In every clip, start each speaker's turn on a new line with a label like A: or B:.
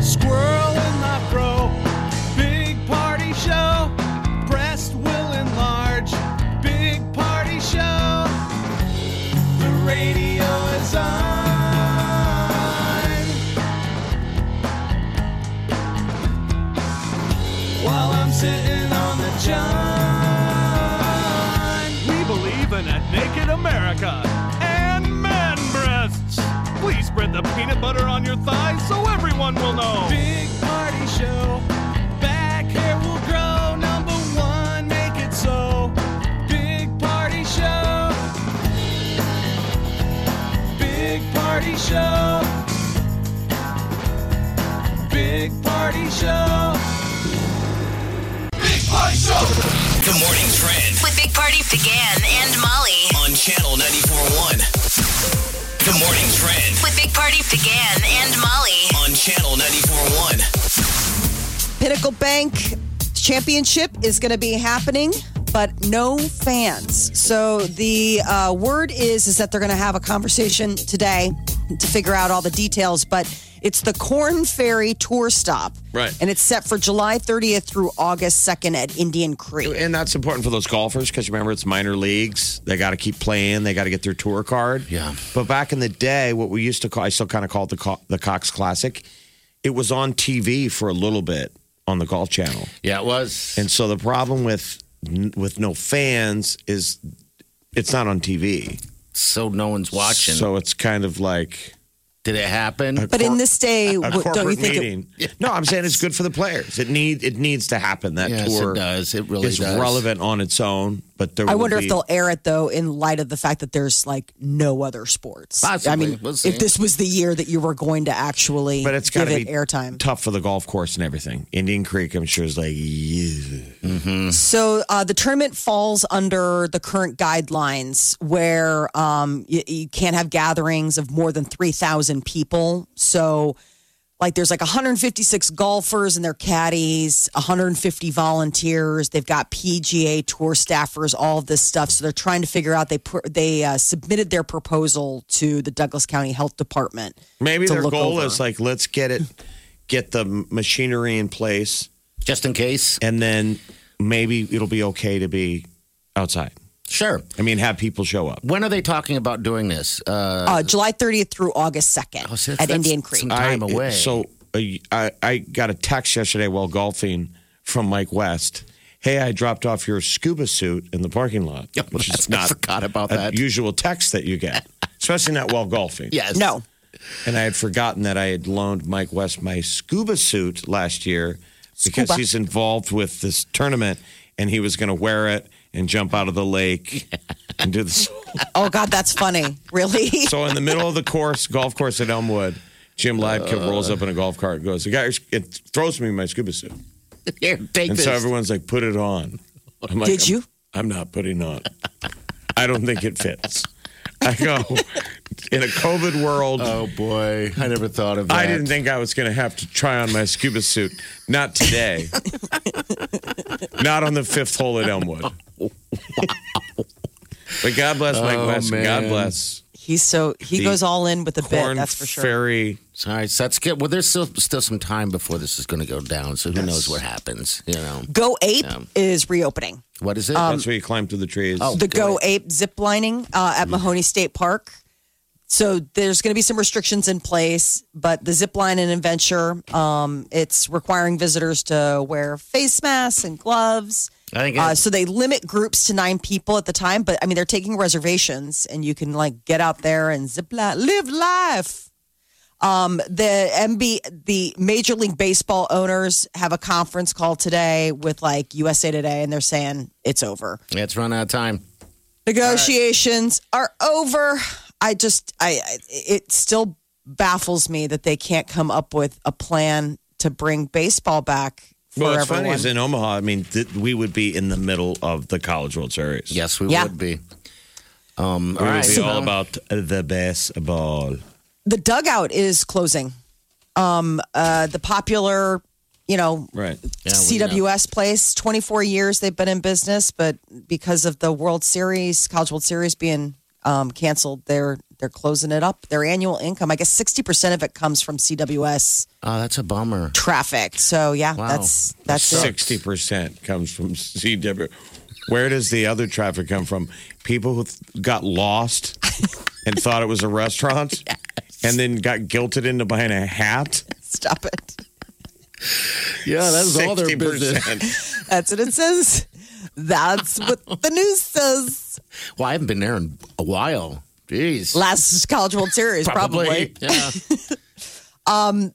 A: Squirrel in my bro, big party show. Breast will enlarge, big party show. The radio is on. While I'm sitting on the john. We believe in a naked America and man breasts. Please spread the peanut butter on your thighs so everyone will know. Big party show. Back hair will grow. Number one, make it so. Big party show. Big party show. Big party show. Big party show.
B: Good morning, Trend
C: With Big Party began and Molly.
B: on Channel 941. Good morning, Trend
C: With Big Party began and Molly.
B: on Channel 941.
D: Pinnacle Bank Championship is going to be happening, but no fans. So the uh, word is is that they're going to have a conversation today to figure out all the details. But it's the Corn Ferry tour stop,
E: Right.
D: And it's set for July 30th through August 2nd at Indian Creek.
E: And that's important for those golfers because remember, it's minor leagues. They got to keep playing. They got to get their tour card.
F: Yeah.
E: But back in the day, what we used to call, I still kind of call it the, Co- the Cox Classic, it was on TV for a little bit on the Golf Channel.
F: Yeah, it was.
E: And so the problem with with no fans is it's not on TV.
F: so no one's watching.
E: So it's kind of like
F: Did it happen?
D: But in this day,
E: a
D: w-
E: corporate
D: don't you think? It,
E: meeting. no, I'm saying it's good for the players. It need it needs to happen. That
F: Yes,
E: tour
F: it does. It really
E: is
F: does.
E: relevant on its own. But there
D: I
E: will
D: wonder if
E: be-
D: they'll air it though, in light of the fact that there's like no other sports. I
F: Possibly.
D: mean,
F: We'll see.
D: if this was the year that you were going to actually
E: But it's
D: give
E: gotta
D: it
E: be
D: airtime,
E: tough for the golf course and everything. Indian Creek, I'm sure, is like, yeah.
D: So uh, the tournament falls under the current guidelines where um, you, you can't have gatherings of more than 3,000 people. So, like, there's like 156 golfers and their caddies, 150 volunteers. They've got PGA tour staffers, all of this stuff. So they're trying to figure out. They pr- they uh, submitted their proposal to the Douglas County Health Department.
E: maybe
D: to
E: their
D: look
E: goal
D: over.
E: is like, let's get it, get the machinery in place,
F: Just in case?
E: and then maybe it'll be okay to be outside.
F: Sure.
E: I mean, have people show up.
F: When are they talking about doing this? Uh,
D: uh, July 30th through August 2nd
F: so that's-
D: at
F: that's
D: Indian Creek.
F: some time
E: I,
F: away.
E: So uh, I, I got a text yesterday while golfing from Mike West. Hey, I dropped off your scuba suit in the parking lot,
F: Yeah,
E: which
F: that's-
E: is
F: I
E: not
F: forgot about
E: a
F: that.
E: usual text that you get, especially not while golfing.
F: yes.
D: no.
E: And I had forgotten that I had loaned Mike West my scuba suit last year because
D: Scuba.
E: he's involved with this tournament and he was going to wear it and jump out of the lake and do this.
D: Oh, God, that's funny. Really?
E: So in the middle of the course, golf course at Elmwood, Jim Liebke
D: Uh.
E: rolls up in a golf cart and goes, "The guy it throws me my scuba suit,"
F: Here, take
E: and
F: this.
E: so everyone's like, "Put it on." I'm like,
D: Did
E: "I'm-
D: you?
E: I'm not putting on. I don't think it fits. I go in a COVID world.
F: oh, boy. I never thought of that.
E: I didn't think I was going to have to try on my scuba suit. Not today. Not on the fifth hole at Elmwood. But God bless Mike
F: Oh,
E: West. God
F: man.
E: bless.
D: He's so he
E: The
D: goes all in with a bit.
E: Corn
D: That's for sure.
E: Ferry.
F: All right, so that's good. Well, there's still, still some time before this is going to go down, so who knows what happens, you know?
D: Go Ape is reopening.
F: What is it?
D: Um,
E: That's where you climb through the trees.
F: Um, Oh.
D: The
F: Go
D: Go Ape zip lining uh, at Mahoney State Park. So there's going to be some restrictions in place, but the zip line and adventure, um, it's requiring visitors to wear face masks and gloves.
F: I think
D: Uh,
F: it's-
D: so they limit groups to nine people at the time, but I mean they're taking reservations, and you can like get out there and zip line, live life. Um, the MB, the Major League Baseball owners have a conference call today with like USA Today, and they're saying it's over.
F: it's run out of time.
D: Negotiations are over. I just, I, I, it still baffles me that they can't come up with a plan to bring baseball back for
E: Well, it's funny
D: everyone.
E: is in Omaha. I mean, th- we would be in the middle of the College World Series.
F: Yes, we
D: Yeah.
F: would be. Um, all
E: we
F: right.
E: would be all about the baseball.
D: the dugout is closing. Um, uh, the popular, you know,
E: Right.
F: we know.
D: CWS place. Twenty four years they've been in business, but because of the World Series, College World Series being um, canceled, they're they're closing it up. Their annual income, I guess, sixty percent of it comes from CWS
F: Oh, that's a bummer.
D: traffic. So yeah,
F: Wow.
D: that's that's it.
E: Sixty percent comes from CW. Where does the other traffic come from? People who th- got lost and thought it was a restaurant, and then got guilted into buying a hat.
D: Stop it.
F: Yeah,
D: That's what it says. That's what the news says.
F: Well, I haven't been there in a while. Jeez.
D: Last College World Series, probably.
F: Yeah.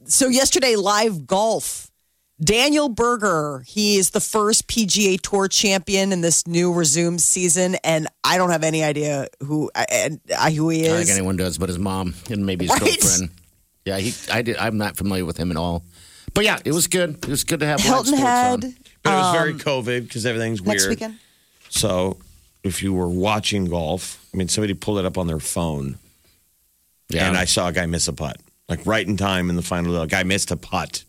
D: So yesterday, live golf. Daniel Berger, he is the first PGA Tour champion in this new resumed season, and I don't have any idea who I, and- I- who he
F: I don't think
D: is.
F: anyone does, but his mom and maybe his
D: Right?
F: girlfriend. Yeah, he, I did, I'm not familiar with him at all. But yeah, it was good. It was good to have live
D: Hilton
F: sports
D: Head
F: on.
E: But it was very COVID because everything's weird.
D: next weekend.
E: So if you were watching golf, I mean, somebody pulled it up on their phone,
F: Yeah,
E: and I saw a guy miss a putt, like right in time in the final. A guy missed a putt,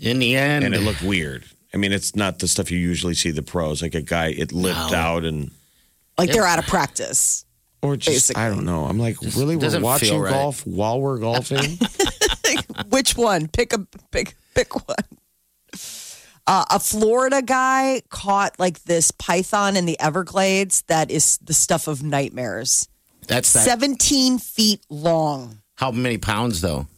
F: in the end,
E: and it looked weird. I mean, it's not the stuff you usually see the pros. Like a guy, it lipped out and.
D: Like they're out of practice.
E: Or just,
D: Basically.
E: I don't know. I'm like, really? We're
F: doesn't
E: watching
F: feel right.
E: golf while we're golfing?
D: Which one? Pick a pick pick one. Uh, a Florida guy caught like this python in the Everglades that is the stuff of nightmares.
F: that's that.
D: Seventeen feet long.
F: How many pounds though?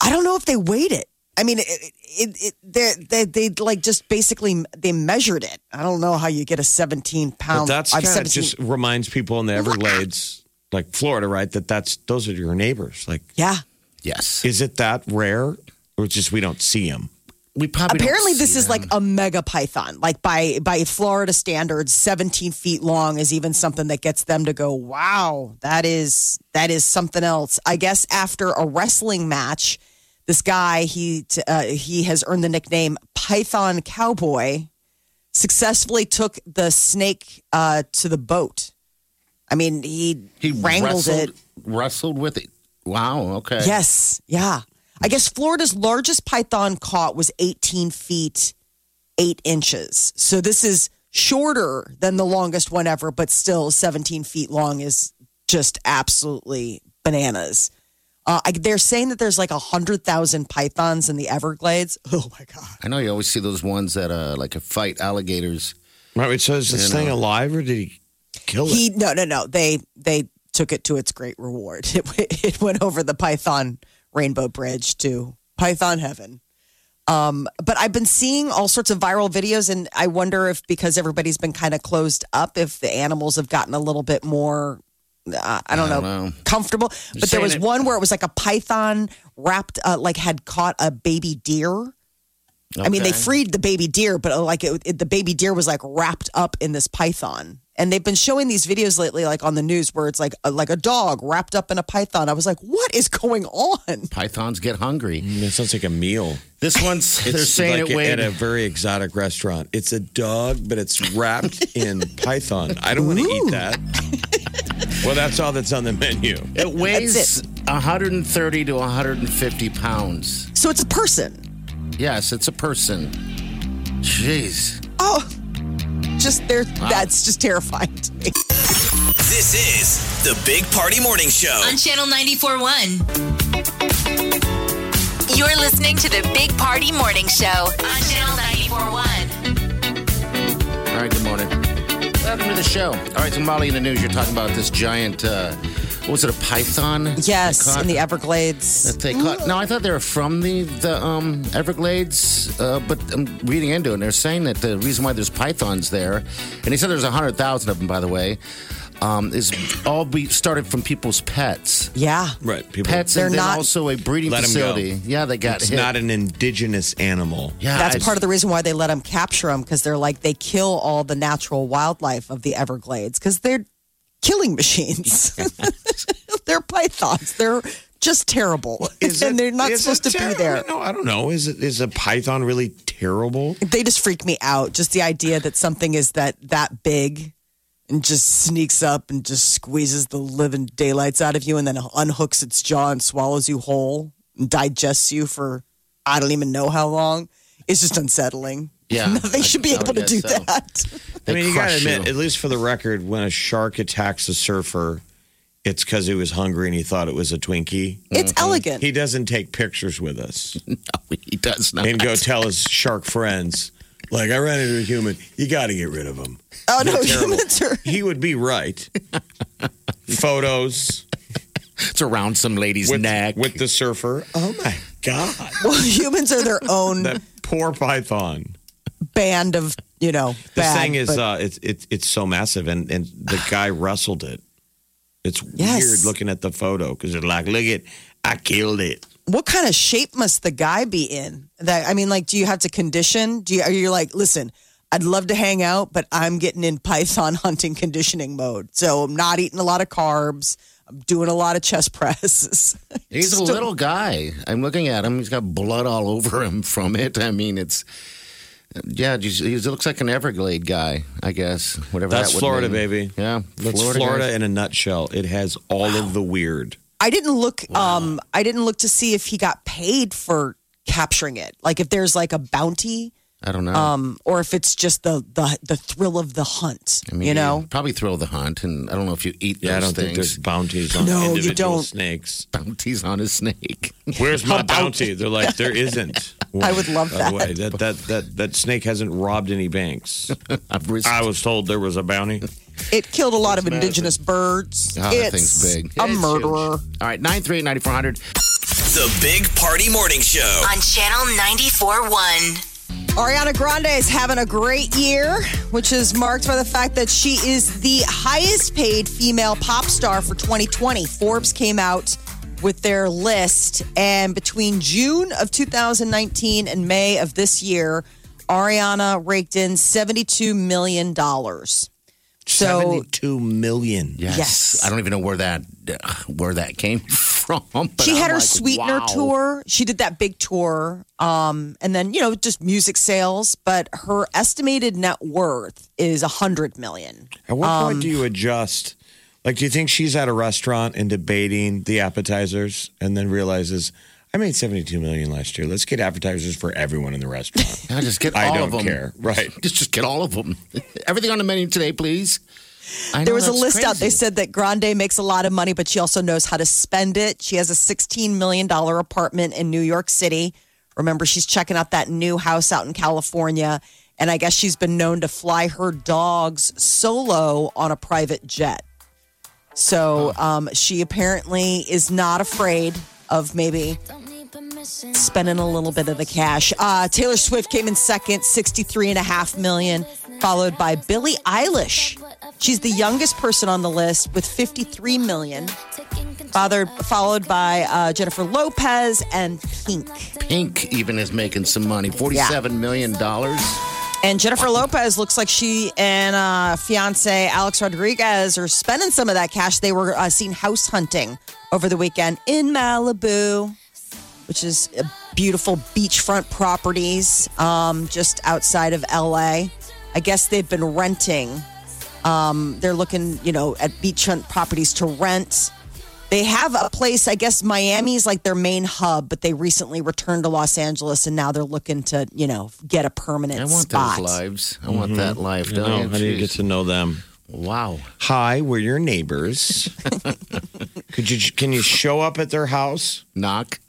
D: I don't know if they weighed it. I mean, it, it, it, they, they, they like just basically they measured it. I don't know how you get a 17
E: but
D: pound.
E: that's
D: I'm
E: kind of
D: 17
E: just reminds people in the Everglades, like Florida, right? That that's those are your neighbors. Like,
D: yeah.
F: Yes,
E: is it that rare, or just we don't see them?
F: we probably. don't
D: Apparently,
F: see
D: this is
F: them.
D: like a mega python. Like by by Florida standards, 17 feet long is even something that gets them to go, "Wow, that is that is something else." I guess after a wrestling match, this guy he uh, he has earned the nickname Python Cowboy. Successfully took the snake uh, to the boat. I mean, he
F: he
D: wrangled
F: wrestled,
D: it.
F: Wrestled with it. Wow. Okay.
D: Yes. Yeah. I guess Florida's largest python caught was 18 feet, eight inches. So this is shorter than the longest one ever, but still 17 feet long is just absolutely bananas. Uh, I, they're saying that there's like 100,000 pythons in the Everglades. Oh my God.
F: I know you always see those ones that uh like a fight alligators.
E: Right. So is this thing alive, or did he kill it?
D: He, no, no, no. They, they took it to its great reward. It, w- it went over the Python Rainbow Bridge to Python Heaven. Um, but I've been seeing all sorts of viral videos, and I wonder if because everybody's been kind of closed up, if the animals have gotten a little bit more. Uh, I don't, know,
F: know.
D: comfortable. but there
F: saying
D: was
F: it-
D: one where it was like a python wrapped, uh, like had caught a baby deer. I mean, they
F: Okay.
D: freed the baby deer, but uh, like it, it, the baby deer was like wrapped up in this python. And they've been showing these videos lately, like on the news, where it's like a, like a dog wrapped up in a python. I was like, what is going on?
F: Pythons get hungry.
E: It sounds like a meal.
F: This one's they're
E: It's
F: saying
E: like
F: it weighed
E: at a very exotic restaurant. It's a dog, but it's wrapped in python. I don't want to eat that. well, that's all that's on the menu.
F: it weighs 130 to 150 pounds.
D: So it's a person.
F: Yes, it's a person. Jeez.
D: Oh, just there. That's just terrifying to me.
B: This is the Big Party Morning Show.
C: on Channel 94.1. You're listening to the Big Party Morning Show on Channel 94.1.
F: All right, good morning. Welcome to the show. All right, so Molly, in the news, you're talking about this giant, uh, what was it, a python? that
D: Yes,
F: they caught?
D: in the Everglades.
F: That they caught. No, I thought they were from the, the um, Everglades, uh, but I'm reading into it, and they're saying that the reason why there's pythons there, and he said there's 100,000 of them, by the way, um, is all be started from people's pets.
D: Yeah.
E: Right. People,
F: Pets
D: They're
F: and then
D: not-
F: also a breeding
E: Let 'em go.
F: facility. Yeah, they got
E: It's
F: hit.
E: not an indigenous animal.
F: yeah,
D: That's
F: it's-
D: part of the reason why they let them capture them because they're like, they kill all the natural wildlife of the Everglades because they're killing machines. they're pythons. They're just terrible.
E: Is
D: and
E: it-
D: they're not
E: is it
D: supposed to be
E: terrible?
D: there.
E: No, I don't know. Is it is a python really terrible?
D: They just freak me out. Just the idea that something is that that big and just sneaks up and just squeezes the living daylights out of you and then unhooks its jaw and swallows you whole and digests you for I don't even know how long. It's just unsettling.
F: Yeah,
D: Nothing
F: I-
D: should be
F: I would
D: able to do
F: guess so.
D: that.
F: They
E: I mean, you gotta
F: crush
E: admit,
F: you.
E: at least for the record, when a shark attacks a surfer, it's because he was hungry and he thought it was a Twinkie.
D: It's elegant.
E: He doesn't take pictures with us
F: No, he does not.
E: and go tell his shark friends, like, I ran into a human. You got to get rid of him.
D: oh no,
E: terrible.
D: humans are
E: He would be right. Photos
F: It's around some lady's
E: with,
F: neck.
E: with the surfer. Oh my God.
D: well, humans are their own
E: That poor python.
D: band of you know.
E: This
D: bad,
E: thing is
D: but-
E: uh, it's it's it's so massive, and and the guy wrestled it. It's
D: Yes.
E: weird looking at the photo because they're like, look at, I killed it.
D: what kind of shape must the guy be in? That I mean, like, do you have to condition? Do you are you like, listen, I'd love to hang out, but I'm getting in Python hunting conditioning mode, so I'm not eating a lot of carbs. I'm doing a lot of chest presses.
F: He's a little guy. I'm looking at him. He's got blood all over him from it. I mean, it's yeah. He's, he looks like an Everglade guy, I guess. Whatever.
E: That's
F: that would
E: Florida,
F: mean.
E: baby.
F: Yeah,
E: That's Florida,
F: guys.
E: in a nutshell. It has all of the weird.
D: I didn't look. Um, I didn't look to see if he got paid for capturing it. Like, if there's like a bounty.
F: I don't know.
D: um, or if it's just the the the thrill of the hunt.
F: I mean,
D: you know,
F: probably throw the hunt, and I don't know if you eat
E: Yeah, I
F: those
E: don't think
F: things.
E: there's bounties on
D: No, you
E: individual
D: don't.
E: snakes.
F: bounties on a snake.
E: Where's my bounty? They're like, there isn't.
D: I would love
E: By the way, that that that that snake hasn't robbed any banks.
F: I've risked.
E: I was told there was a bounty.
D: it killed a lot of indigenous birds.
F: Oh, that
D: it's
F: thing's big.
D: a
F: It's huge.
D: murderer.
F: All right, nine three ninety four hundred.
B: The Big Party Morning Show.
C: On Channel 94.1.
D: Ariana Grande is having a great year, which is marked by the fact that she is the highest paid female pop star for 2020. Forbes came out with their list, and between June of 2019 and May of this year, Ariana raked in $72 million. So
E: Seventy-two million.
F: Yes.
D: Yes.
F: I don't even know where that uh, where that came from. but
D: she had
F: I'm
D: her
F: like,
D: sweetener
F: wow.
D: tour. She did that big tour, um, and then you know just music sales. But her estimated net worth is a hundred million.
E: At what point do you adjust? Like, do you think she's at a restaurant and debating the appetizers and then realizes, I made 72 million last year. Let's get appetizers for everyone in the restaurant.
F: I just get all
E: I
F: of
E: don't
F: them.
E: care. Right.
F: Just just get all of them. Everything on the menu today, please. I know
D: There was a
F: that's
D: list out. They
F: crazy.
D: said that Grande makes a lot of money, but she also knows how to spend it. She has a sixteen million dollar apartment in New York City. Remember, she's checking out that new house out in California, and I guess she's been known to fly her dogs solo on a private jet. So um, she apparently is not afraid of maybe spending a little bit of the cash. Uh, Taylor Swift came in second, sixty-three and a half million, followed by Billie Eilish. She's the youngest person on the list with 53 million, Father, followed by uh, Jennifer Lopez and Pink.
F: Pink even is making some money. Forty-seven million dollars.
D: And Jennifer Lopez looks like she and uh, fiance Alex Rodriguez are spending some of that cash. They were uh, seen house hunting over the weekend in Malibu, which is a beautiful beachfront properties um, just outside of LA. I guess they've been renting. Um, they're looking, you know, at beachfront properties to rent. They have a place, I guess Miami's like their main hub, but they recently returned to Los Angeles and now they're looking to, you know, get a permanent
F: I want
D: spot.
F: those lives. I want that life.
E: You
F: Don't
E: Mm-hmm. know,
F: you?
E: how do you get
F: Jeez.
E: to know them?
F: Wow.
E: Hi, we're your neighbors. Could you can you show up at their house
F: Knock.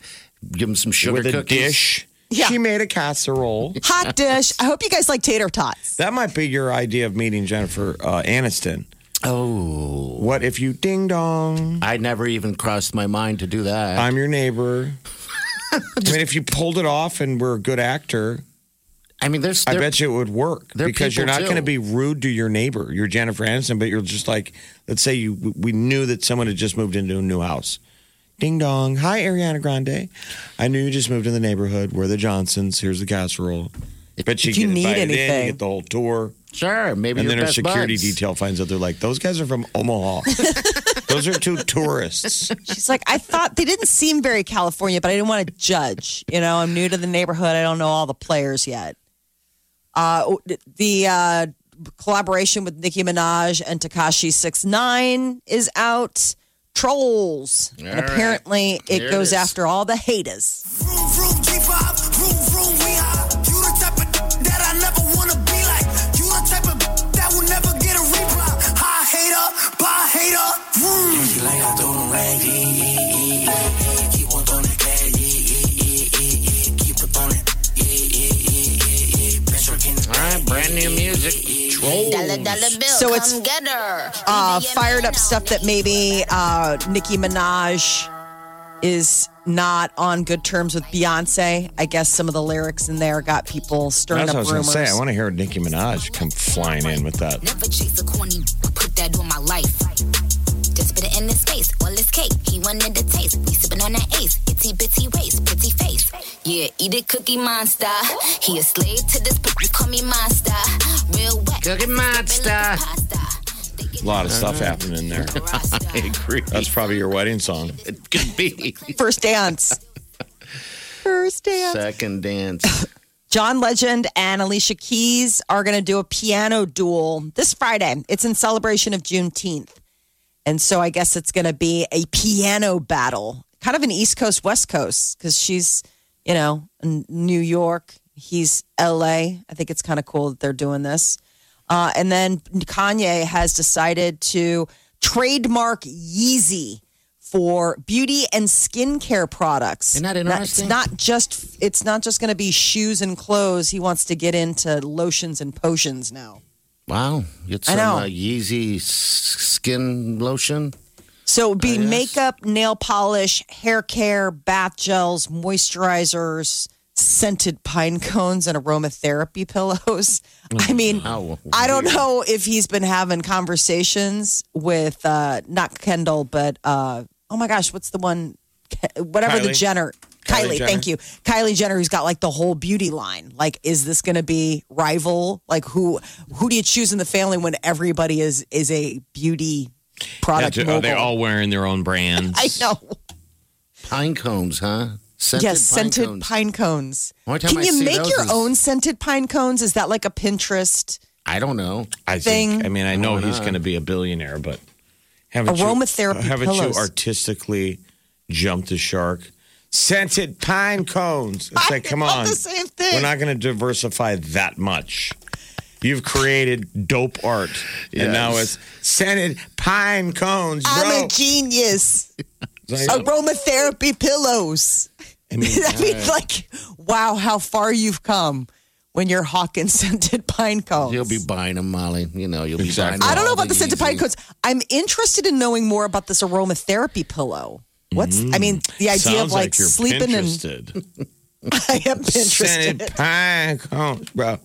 F: Give them some sugar
E: with a
F: cookies.
E: dish?
D: Yeah.
E: She made a casserole.
D: hot dish. I hope you guys like tater tots.
E: That might be your idea of meeting Jennifer uh, Aniston.
F: Oh,
E: What if you ding dong?
F: I never even crossed my mind to do that.
E: I'm your neighbor. I mean, if you pulled it off and were a good actor,
F: I mean, there's.
E: I
F: there-
E: bet you it would work
F: they're
E: because you're
F: people,
E: not
F: too.
E: going to be rude to your neighbor, your Jennifer Aniston, but you're just like, let's say you we knew that someone had just moved into a new house. Ding dong. Hi, Ariana Grande. I knew you just moved in the neighborhood. We're the Johnsons. Here's the casserole. But you,
D: If you
E: get
D: need
E: invited in,
D: anything.
E: you get the whole tour.
F: Sure, maybe
E: and
F: your
E: then our
F: best
E: security
F: buds.
E: detail finds out they're like, those guys are from Omaha. those are two tourists.
D: She's like, I thought they didn't seem very California, but I didn't want to judge. You know, I'm new to the neighborhood. I don't know all the players yet. Uh, the uh, collaboration with Nicki Minaj and Takashi Six Nine is out. Trolls, and
F: All right.
D: apparently it
F: There it
D: goes
F: is.
D: after all the haters.
G: Vroom, vroom, G5, vroom, vroom, we high. You the type of that I never wanna be like. You the type of that will never get a reply. High hater, bye hater, vroom. She like I told him, like, ee, ee, ee, ee. Keep on throwing that gas, ee, ee, ee, ee, ee. Keep on throwing it, ee, ee, ee, ee, ee. Bitch, we're getting-
F: All right, brand new music. Troll.
C: Dollar, dollar bill,
D: So
C: come
D: it's,
C: get her.
D: Uh,
C: Leave your
D: fired
C: man
D: up stuff
C: on
D: that maybe uh, Nicki Minaj is not on good terms with Beyonce. I guess some of the lyrics in there got people stirring
E: That's
D: up
E: what I was going
D: rumors.
E: to say. I want to hear Nicki Minaj come flying in with that.
H: Never chase a corny, put that on my life. Just put it in his face, all his cake. He wanted the taste. We sipping on that ace, itty bitty waist, pretty face. Yeah, eat it, cookie monster. He a slave to this, but you call me monster. Real wet.
F: Cookie monster.
E: A lot of stuff happening there.
F: I agree.
E: That's probably your wedding song.
F: It could be
D: First dance. First dance.
F: second dance.
D: John Legend and Alicia Keys are going to do a piano duel this Friday. It's in celebration of Juneteenth. And so I guess it's going to be a piano battle, kind of an East Coast, West Coast, because she's, you know, in New York. He's LA. I think it's kind of cool that they're doing this. Uh, and then Kanye has decided to trademark Yeezy for beauty and skincare products.
F: Isn't that
D: Not-
F: interesting?
D: It's not just it's not just going to be shoes and clothes. He wants to get into lotions and potions now.
F: Wow, get
D: I
F: some
D: know.
F: Uh, Yeezy s- skin lotion.
D: So it would be
F: Oh, yes.
D: makeup, nail polish, hair care, bath gels, moisturizers, scented pine cones, and aromatherapy pillows.
E: Oh,
D: I mean,
F: How
D: I don't know if he's been having conversations with uh, not Kendall, but uh, oh my gosh, what's the one? Ke- Whatever the
E: Kylie?
D: Jenner. Kylie,
E: Kylie Jenner.
D: thank you. Kylie Jenner, who's got like the whole beauty line. Like, is this going to be rival? Like, who who do you choose in the family when everybody is is a beauty product?
E: Are they
D: mogul?
E: Oh, all wearing their own brands?
D: I know.
F: Pine cones, huh? Scented
D: yes,
F: pine
D: scented
F: cones.
D: pine cones.
F: Only time
D: Can
F: I
D: you
F: see
D: make
F: those
D: your
F: is-
D: own scented pine cones? Is that like a Pinterest
F: I don't know.
E: I
D: thing.
E: think. I mean, I know
F: Why
E: he's
F: not?
E: going to be a billionaire, but haven't
D: Aromatherapy
E: you, haven't
D: pillows.
E: you artistically jumped the shark? Scented pine cones. It's like, come
D: thought
E: on,
D: the same thing.
E: we're not going to diversify that much. You've created dope art, and now it's
F: Yes.
E: scented pine cones, bro.
D: I'm a genius. Aromatherapy pillows.
E: I mean,
D: I mean, like, wow, how far you've come when you're hawking scented pine cones.
F: You'll be buying them, Molly. You know, you'll
E: Exactly.
F: be buying 'em
D: I don't know
F: all
D: about the scented pine
F: Yeezys.
D: cones. I'm interested in knowing more about this aromatherapy pillow. What's, I mean, the idea
E: Mm-hmm. sounds
D: of like,
E: you're
D: sleeping and
E: Pinterested.
D: I am interested.
E: Scented pine cones, bro.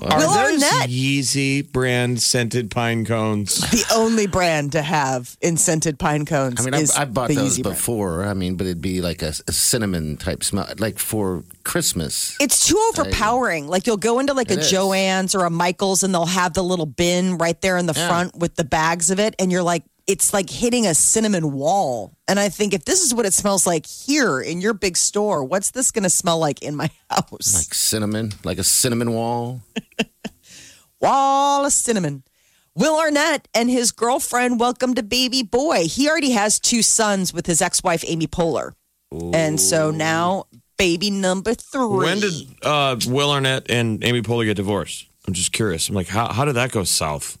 D: Will
E: Are those
D: Arnett,
E: Yeezy brand scented pine cones.
D: the only brand to have in scented pine cones.
F: I mean,
D: is
F: I've, I've bought
D: the
F: those
D: Yeezy brand.
F: before. I mean, but it'd be like a, a cinnamon type smell, like for Christmas.
D: It's too overpowering. Like you'll go into like a
F: It is.
D: Joann's or a Michael's and they'll have the little bin right there in the
F: Yeah.
D: front with the bags of it and you're like it's like hitting a cinnamon wall. And I think if this is what it smells like here in your big store, what's this going to smell like in my house?
F: Like cinnamon, like a cinnamon wall.
D: Wall of cinnamon. Will Arnett and his girlfriend welcomed a baby boy. He already has two sons with his ex-wife Amy Poehler. And so now baby number 3.
E: When did uh, Will Arnett and Amy Poehler get divorced? I'm just curious. I'm like, how, how did that go south?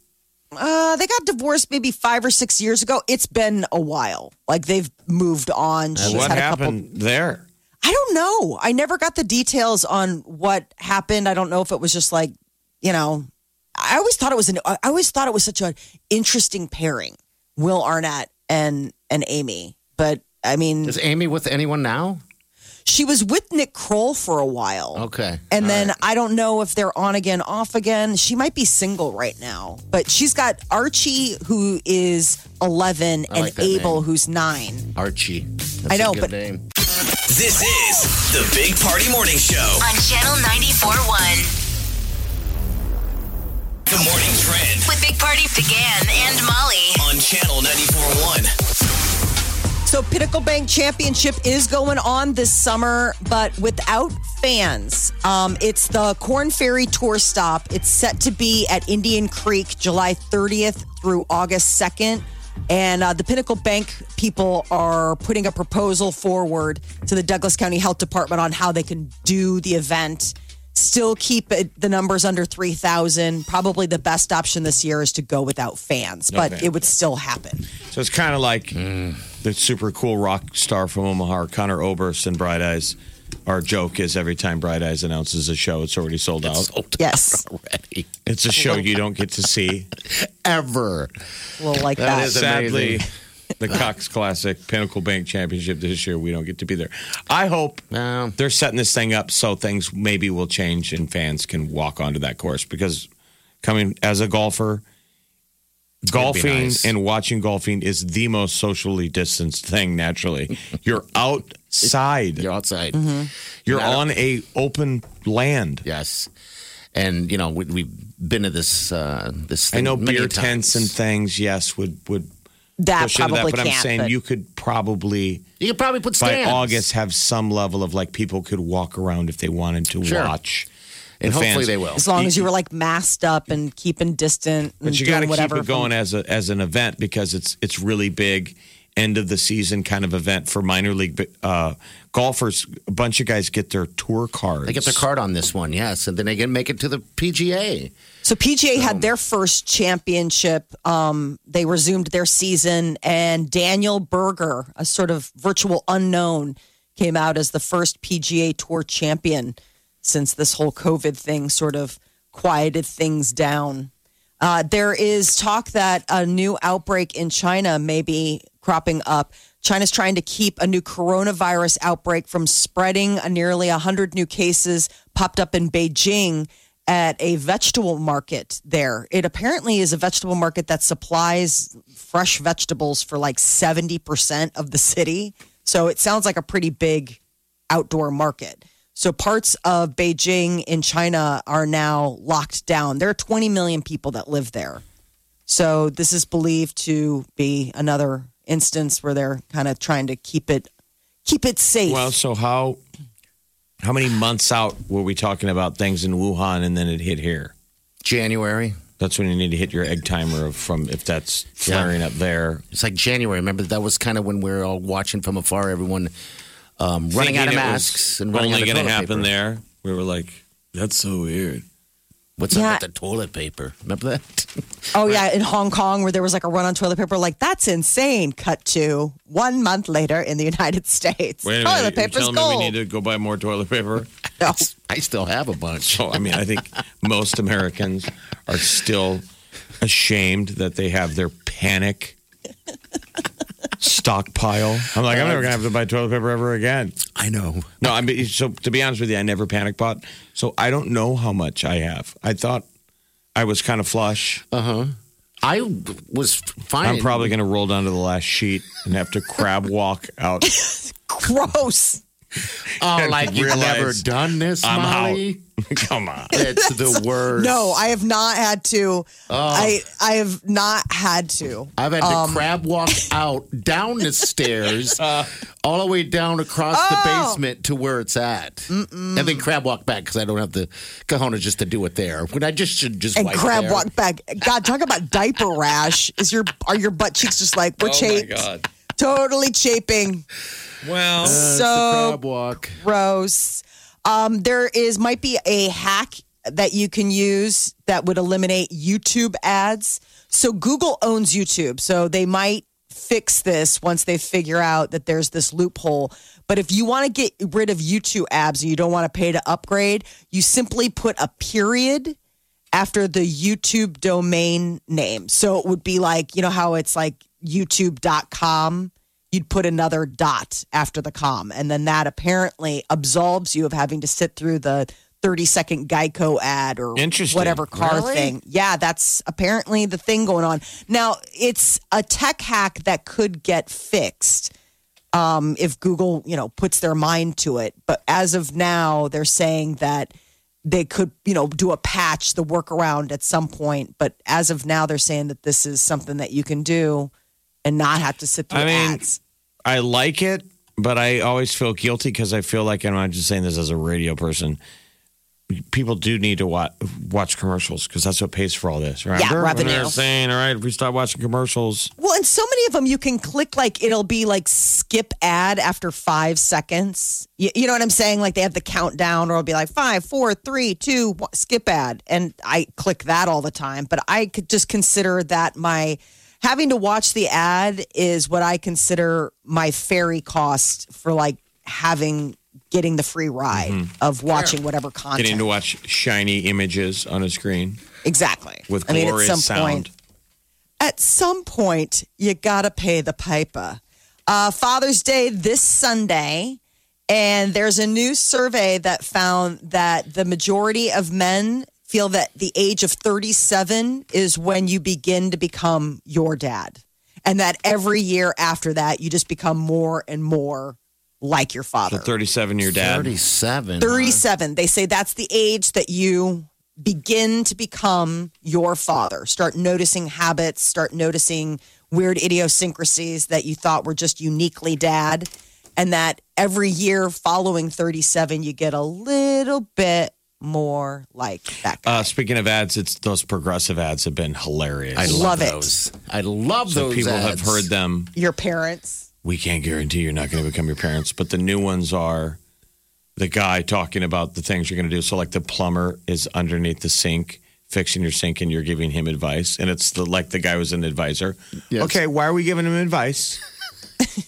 D: Uh, they got divorced maybe five or six years ago. It's been a while. Like they've moved on. She's
E: what
D: had A couple,
E: happened there?
D: I don't know. I never got the details on what happened. I don't know if it was just like, you know, I always thought it was an. I always thought it was such an interesting pairing, Will Arnett and and Amy. But I mean,
F: Is Amy with anyone now?
D: She was with Nick Kroll for a while.
F: Okay.
D: And
F: All
D: then
F: right.
D: I don't know if they're on again, off again. She might be single right now, but she's got Archie, who is 11,
F: I
D: and
F: like that
D: Abel,
F: name.
D: who's nine.
F: Archie. That's
D: I know,
F: a good
D: but-
F: name.
B: This is the Big Party Morning Show.
C: on Channel 94.1
B: The morning trend
C: with Big Party began and Molly.
B: on Channel 94.1.
D: So, Pinnacle Bank Championship is going on this summer, but without fans. Um, it's the Corn Ferry Tour Stop. It's set to be at Indian Creek July 30th through August 2nd. And uh, the Pinnacle Bank people are putting a proposal forward to the Douglas County Health Department on how they can do the event. Still keep it, the numbers under 3,000. Probably the best option this year is to go without fans, but
E: fans.
D: it would still happen.
E: So it's kind of like the super cool rock star from Omaha, Connor Oberst and Bright Eyes. Our joke is every time Bright Eyes announces a show, it's already sold out.
D: Yes,
F: Already.
E: It's a show you don't get to see.
F: Ever.
D: a little like
F: That
D: that.
F: is
E: Sadly,
F: amazing.
E: the Cox Classic Pinnacle Bank Championship this year, we don't get to be there. I hope
F: No.
E: they're setting this thing up so things maybe will change and fans can walk onto that course because coming as a golfer, golfing
F: nice.
E: and watching golfing is the most socially distanced thing naturally. You're outside.
F: You're outside.
D: Mm-hmm.
E: You're
F: Not-
E: on a open land.
F: Yes. And, you know, we, we've been to this, uh, this
E: I
F: thing
E: know
F: many
E: beer
F: times.
E: tents and things, yes, would would
D: that
E: push into
D: probably
E: that, but
D: can't.
E: I'm saying
D: but-
E: you could probably
F: You could probably put
E: by
F: stands.
E: August have some level of like people could walk around if they wanted to
F: Sure.
E: watch.
F: And
E: the
F: hopefully
E: fans.
F: they will.
D: as long as you were like masked up and keeping distant, and
E: But you got to
D: doing
E: keep
D: whatever
E: it going as a, as an event because it's it's really big end of the season kind of event for minor league uh, golfers. A bunch of guys get their tour cards.
F: They get their card on this one, yes, and then they can make it to the PGA.
D: So PGA had their first championship. Um, they resumed their season, and Daniel Berger, a sort of virtual unknown, came out as the first PGA Tour champion since this whole COVID thing sort of quieted things down. Uh, there is talk that a new outbreak in China may be cropping up. China's trying to keep a new coronavirus outbreak from spreading. Uh, Nearly 100 new cases popped up in Beijing at a vegetable market there. It apparently is a vegetable market that supplies fresh vegetables for like 70% of the city. So it sounds like a pretty big outdoor market. So parts of Beijing in China are now locked down. There are 20 million people that live there. So this is believed to be another instance where they're kind of trying to keep it keep it safe.
E: Well, so how how many months out were we talking about things in Wuhan and then it hit here?
F: January.
E: That's when you need to hit your egg timer of from if that's
F: Yeah.
E: flaring up there.
F: It's like January. Remember that was kind of when we were all watching from afar. Everyone um, running
E: Thinking
F: out of
E: it was
F: masks and running
E: only
F: out of
E: gonna
F: toilet paper.
E: happen there. We were like, that's so weird.
F: What's
D: Yeah.
F: up with the toilet paper? Remember that?
D: oh yeah, in Hong Kong where there was like a run on toilet paper like that's insane cut to 1 month later in the United States.
E: Wait a
D: toilet
E: minute, you're
D: paper's
E: telling
D: gold.
E: me we need to go buy more toilet paper?
D: No.
F: I still have a bunch.
E: So, I mean, I think most Americans are still ashamed that they have their panic stockpile. I'm like, I'm never going to have to buy toilet paper ever again.
F: I know.
E: No, I mean, so to be honest with you, I never panic bought. So I don't know how much I have. I thought I was kind of flush.
F: I was fine.
E: I'm probably going to roll down to the last sheet and have to crab walk out.
D: Gross.
F: Oh, like you've
E: realize
F: never done this,
E: I'm
F: Molly?
E: out. Come on.
F: It's the worst.
D: No, I have not had to.
E: Oh.
D: I I have not had to.
F: I've had to
D: Um,
F: crab walk out down the stairs,
D: Uh.
F: all the way down across
D: Oh.
F: the basement to where it's at, and then crab walk back because I don't have the cojones just to do it there. When I just should just
D: and
F: wipe
D: crab
F: there.
D: walk back. God, talk about diaper rash. Is your are your butt cheeks just like we're
E: Oh, my
D: chafed?
E: God.
D: Totally chafing.
E: Well,
F: That's Uh, the
D: so
F: crab walk.
D: gross. Um, there is might be a hack that you can use that would eliminate YouTube ads. So Google owns YouTube, so they might fix this once they figure out that there's this loophole. But if you want to get rid of YouTube ads and you don't want to pay to upgrade, you simply put a period after the YouTube domain name. So it would be like, you know how it's like youtube.com. you'd put another dot after the com. And then that apparently absolves you of having to sit through the 30 second Geico ad or
E: Interesting.
D: whatever car thing. Yeah, that's apparently the thing going on. Now, it's a tech hack that could get fixed um, if Google, you know, puts their mind to it. But as of now, they're saying that they could, you know, do a patch, the workaround at some point. But as of now, they're saying that this is something that you can do and not have to sit through
E: I mean,
D: ads.
E: I like it, but I always feel guilty because I feel like, and I'm just saying this as a radio person, people do need to watch, watch commercials because that's what pays for all this, right?
D: Yeah,
E: They're-
D: revenue.
E: They're saying, all right, if we stop watching commercials,
D: Well, and so many of them you can click like it'll be like skip ad after five seconds. You, you know what I'm saying? Like they have the countdown, or it'll be like five, four, three, two, one, skip ad, and I click that all the time. But I could just consider that my having to watch the ad is what I consider my ferry cost for like having getting the free ride of watching whatever content.
E: Mm-hmm. getting to watch shiny images on a screen
D: exactly.
E: with
D: I mean,
E: glorious
D: at some
E: sound.
D: point at some point, you got to pay the piper. Uh, Father's Day this Sunday, and there's a new survey that found that the majority of men feel that the age of 37 is when you begin to become your dad. And that every year after that, you just become more and more like your father.
E: The 37 year dad.
F: 37.
D: 37. They say that's the age that you begin to become your father. Start noticing habits, start noticing weird idiosyncrasies that you thought were just uniquely dad. And that every year following 37, you get a little bit more like that guy.
E: Uh, speaking of ads, it's those progressive ads have been hilarious.
F: I
D: Love
F: love,
D: it.
F: those. I love
E: so
F: those.
E: people have
F: ads.
E: heard them.
D: your parents.
E: we can't guarantee you're not going to become your parents, but the new ones are the guy talking about the things you're going to do. So, like the plumber is underneath the sink fixing your sink, and you're giving him advice, and it's the, like the guy was an advisor.
F: Yes.
E: Okay, why are we giving him advice?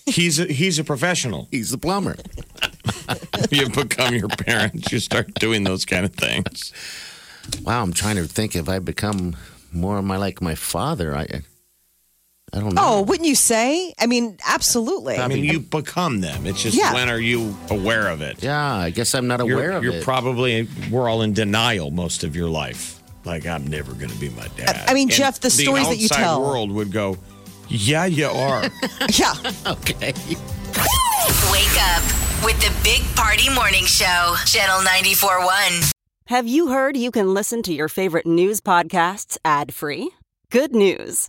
E: he's a, he's a professional.
F: He's the plumber.
E: You become your parents. You start doing those kind of things.
F: Wow, I'm trying to think if I become more of my like my father. I I don't know.
D: Oh, wouldn't you say? I mean, absolutely.
E: I mean, you become them. It's just
D: Yeah.
E: when are you aware of it?
F: Yeah, I guess I'm not
E: You're,
F: aware of
E: you're
F: it.
E: probably we're all in denial most of your life. Like I'm never going to be my dad.
D: I mean,
E: And
D: Jeff, the stories that you
E: outside
D: tell-
E: world would go, yeah, you are.
D: yeah.
F: okay.
C: Wake up with the Big Party Morning Show, Channel 94.1.
I: Have you heard you can listen to your favorite news podcasts ad free? Good news!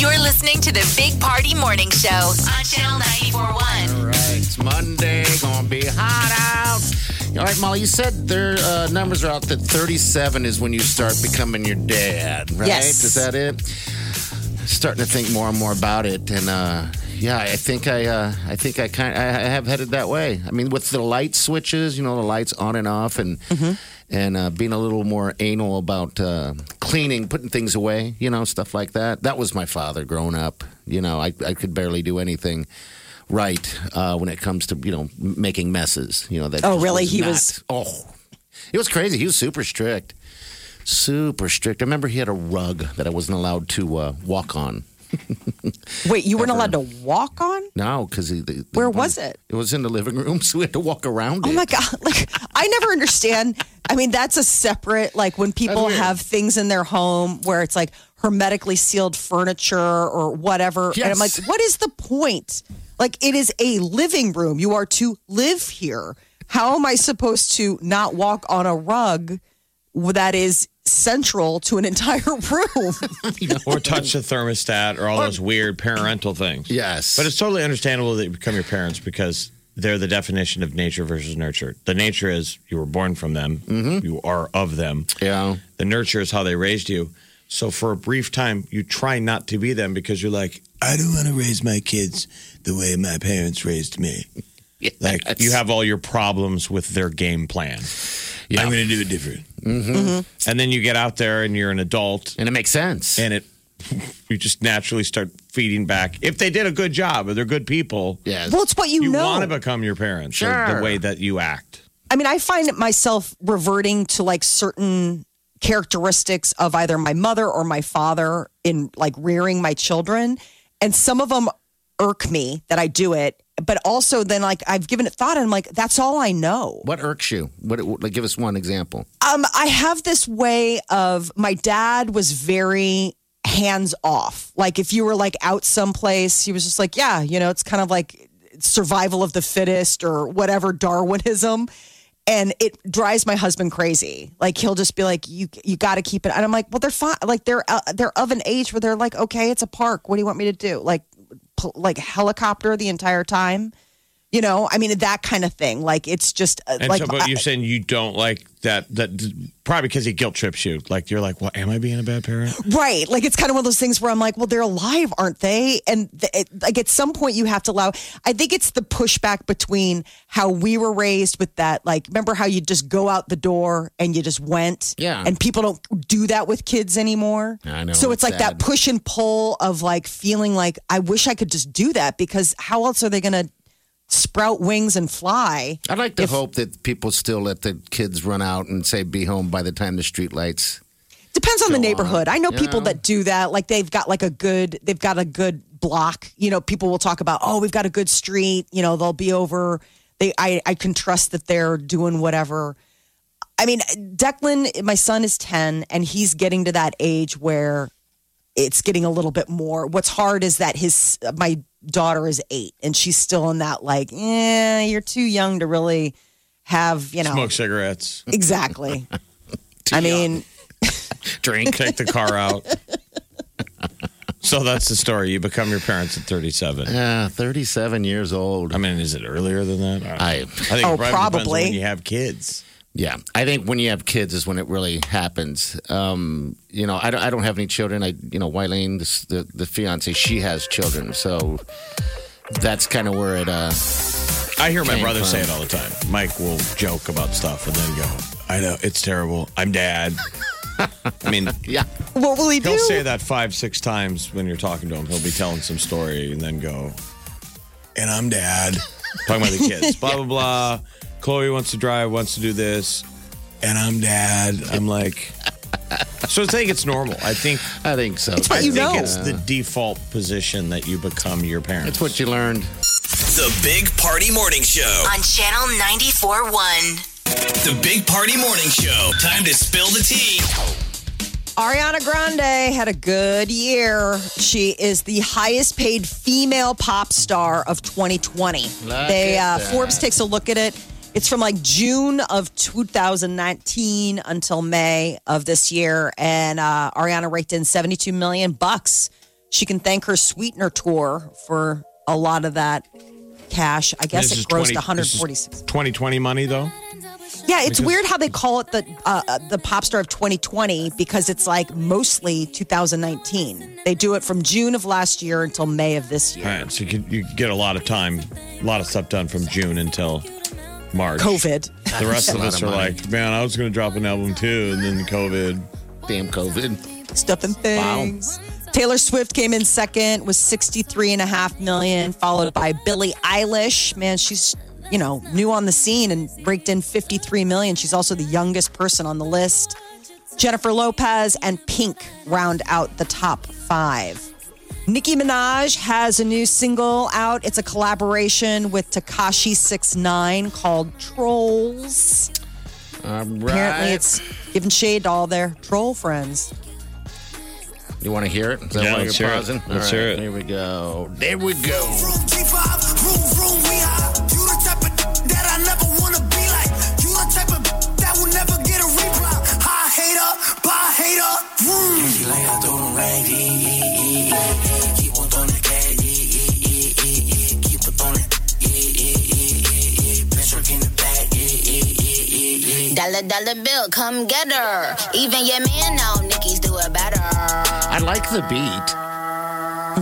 C: You're listening to the Big Party Morning Show on Channel 94.1.
F: All right. It's Monday. Gonna be hot out. All right, Molly. You said their uh, numbers are out that 37 is when you start becoming your dad, right?
D: Yes.
F: Is that it? Starting to think more and more about it, and uh, yeah, I think I, uh, I think I kind, I, I have headed that way. I mean, with the light switches, you know, the lights on and off, and and uh, being a little more anal about uh, cleaning, putting things away, you know, stuff like that. That was my father growing up. You know, I I could barely do anything right uh, when it comes to you know m- making messes. You know that.
D: Oh,
F: just
D: really? He
F: not-
D: was-
F: Oh, it was crazy. He was super strict, super strict. I remember he had a rug that I wasn't allowed to uh, walk on.
D: Wait, you weren't allowed to walk on?
F: No, because he. The, the-
D: Where was it?
F: It was in the living room, so we had to walk around
D: Oh
F: it.
D: my god! Like I never understand. I mean, that's a separate like when people
F: weird.
D: have things in their home where it's like hermetically sealed furniture or whatever, and I'm like,
F: Yes.
D: what is the point? Like it is a living room. You are to live here. How am I supposed to not walk on a rug that is central to an entire room?
E: or touch the thermostat or all those weird parental things.
F: Yes,
E: But it's totally understandable that you become your parents because they're the definition of nature versus nurture. The nature is you were born from them,
D: Mm-hmm.
E: you are of them.
F: Yeah.
E: The nurture is how they raised you. So for a brief time, you try not to be them because you're like, I don't want to raise my kids the way my parents raised me. Like you have all your problems with their game plan. I'm going to do it different.
D: Mm-hmm.
F: Mhm.
E: And then you get out there and you're an adult,
F: and it makes sense.
E: And it you just naturally start feeding back. If they did a good job, or they're good people,
F: yes.
D: Well, it's what you know.
E: want to become your parents. or
D: Sure.
E: the way that you act.
D: I mean, I find myself reverting to like certain characteristics of either my mother or my father in like rearing my children. And some of them irk me that I do it. But also, then like I've given it thought and I'm like, that's all I know.
F: What irks you? What? Like, give us one example.
D: Um, I have this way of my dad was very hands off. Like if you were like out someplace, he was just like, yeah, you know, it's kind of like survival of the fittest or whatever Darwinism. And it drives my husband crazy. Like he'll just be like, "You you got to keep it," and I'm like, "Well, they're fine. Like they're uh, they're of an age where they're like, okay, it's a park. What do you want me to do? Like, pl- like helicopter the entire time, you know? I mean, that kind of thing. Like it's just uh,
E: And
D: like
E: so, but
D: I-
E: you're saying you don't like that. That probably because he guilt trips you. Like you're like, well, am I being a bad parent?
D: Right. Like it's kind of one of those things where I'm like, well, they're alive, aren't they? And th- it, like at some point you have to allow, I think it's the pushback between how we were raised with that. Like, remember how you just go out the door and you just went?
F: Yeah.
D: And people don't do that with kids anymore.
F: I know,
D: So it's,
F: it's
D: like that
F: sad.
D: push and pull of like feeling like, I wish I could just do that because how else are they going to sprout wings and fly?
F: I'd like to
D: If-
F: hope that people still let the kids run out and say, "Be home by the time the street lights."
D: depends on the neighborhood. I know
F: you
D: people
F: know?
D: that do that. Like they've got like a good, they've got a good block. You know, people will talk about, oh, we've got a good street. You know, they'll be over. They, I, I can trust that they're doing whatever. I mean, Declan, my son is ten, and he's getting to that age where it's getting a little bit more. What's hard is that his my daughter is eight, and she's still in that like, eh, you're too young to really have, you know,
E: Smoke cigarettes.
D: exactly. I mean.
F: Drink.
E: Take the car out. so that's the story. You become your parents at 37.
F: Yeah, Uh, thirty-seven years old.
E: I mean, is it earlier than that? I,
F: I
E: think
D: Oh,
E: it probably depends on
D: probably.
E: when you have kids.
F: Yeah, I think when you have kids is when it really happens. Um, you know, I don't, I don't have any children. I, you know, Wylene, this, the the fiance, she has children, so that's kind of where it. Uh,
E: I hear my
F: Came
E: brother
F: from.
E: say it all the time. Mike will joke about stuff and then go, I know, it's terrible. I'm dad. I mean,
F: yeah,
D: What will he do?
E: he'll say that five, six times when you're talking to him. He'll be telling some story and then go, and I'm dad. Talking about the kids. Blah, blah, blah. Chloe wants to drive, wants to do this. And I'm dad. I'm like, so I think it's normal. I think
F: I think so.
D: It's what
E: I
D: you
E: think
D: know.
E: it's the default position that you become your parents.
F: It's what you learned.
B: The Big Party Morning Show.
C: on Channel 94.1.
B: The Big Party Morning Show. Time to spill the tea.
D: Ariana Grande had a good year. She is the highest paid female pop star of 2020.
F: Look
D: they
F: at
D: uh,
F: that.
D: Forbes takes a look at it. It's from like June of 2019 until May of this year and uh, Ariana raked in 72 million bucks. She can thank her Sweetener tour for a lot of that cash. I guess
E: This is
D: it grossed
E: 20 this is
D: 146
E: 2020 money, though.
D: Yeah, it's weird how they call it the uh, uh, the pop star of 2020 because it's like mostly 2019. They do it from June of last year until May of this year.
E: All right, so you, could, you could get a lot of time, a lot of stuff done from June until March.
D: COVID.
E: The rest of us
F: of
E: are
F: money.
E: like, man, I was going to drop an album too, and then COVID.
F: Damn COVID.
D: stuff and things. Taylor Swift came in second with 63 and a half million, followed by Billie Eilish. Man, she's, you know, new on the scene and raked in 53 million. She's also the youngest person on the list. Jennifer Lopez and Pink round out the top five. Nicki Minaj has a new single out. It's a collaboration with Takashi 69 called Trolls.
F: All right.
D: Apparently, it's giving shade to all their troll friends.
F: You want to hear it? Is that
E: Yeah,
F: why
E: let's
F: you're
E: hear it.
F: pausing?
E: Let's
F: All
E: hear it.
F: Here we go. There we go.
G: Vroom, G5, vroom, vroom, we high. You the type of that I never wanna be like. You the type of that will never get a reply. High hater, by hater, vroom.
H: Dollar, dollar bill, come get her. Even your man know Nikki's do it better.
F: I like the beat.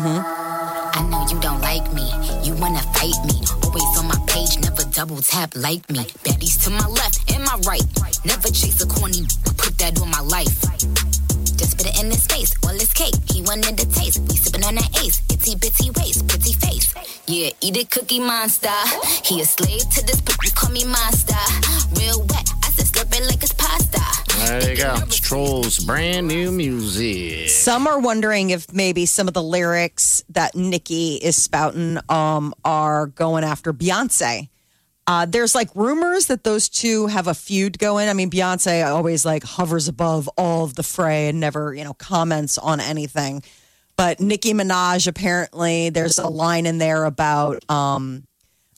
H: I know you don't like me. You wanna fight me. Always on my page, never double tap like me. Baddies to my left and my right. Never chase a corny, put that on my life. Just put it in his face, all his cake. He wanted the taste. We sippin' on that ace, itty bitty waist, pretty face. Yeah, eat it, cookie monster. He a slave to this, but you call me monster. Real wet, I said slurp it like it's pasta.
F: There you go. It's Trolls, brand new music.
D: Some are wondering if maybe some of the lyrics that Nikki is spouting um, are going after Beyonce. Uh, there's like rumors that those two have a feud going. I mean, Beyonce always like hovers above all of the fray and never, you know, comments on anything. But Nicki Minaj apparently there's a line in there about um,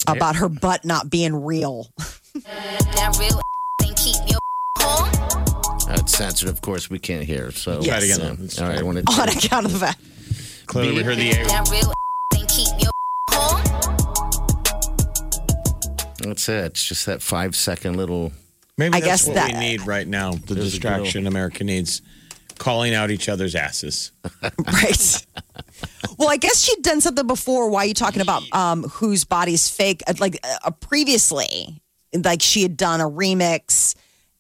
D: about her butt not being real.
H: That real thing keep your home.
F: That's censored, of course. We can't hear. So
E: Try it again,
F: So,
E: then. It's
F: all right, I want
D: on
F: to
D: account of that.
E: Clearly, we heard the A.
H: That real thing keep your home.
F: That's it. It's just that five second little.
E: Maybe
D: I
E: that's
D: guess
E: what
D: that-
E: we need right now. The
F: There's a
E: distraction America needs, calling out each other's asses.
D: Right. well, I guess she'd done something before. Why are you talking about um, whose body's fake? Uh, Like uh, previously, like she had done a remix.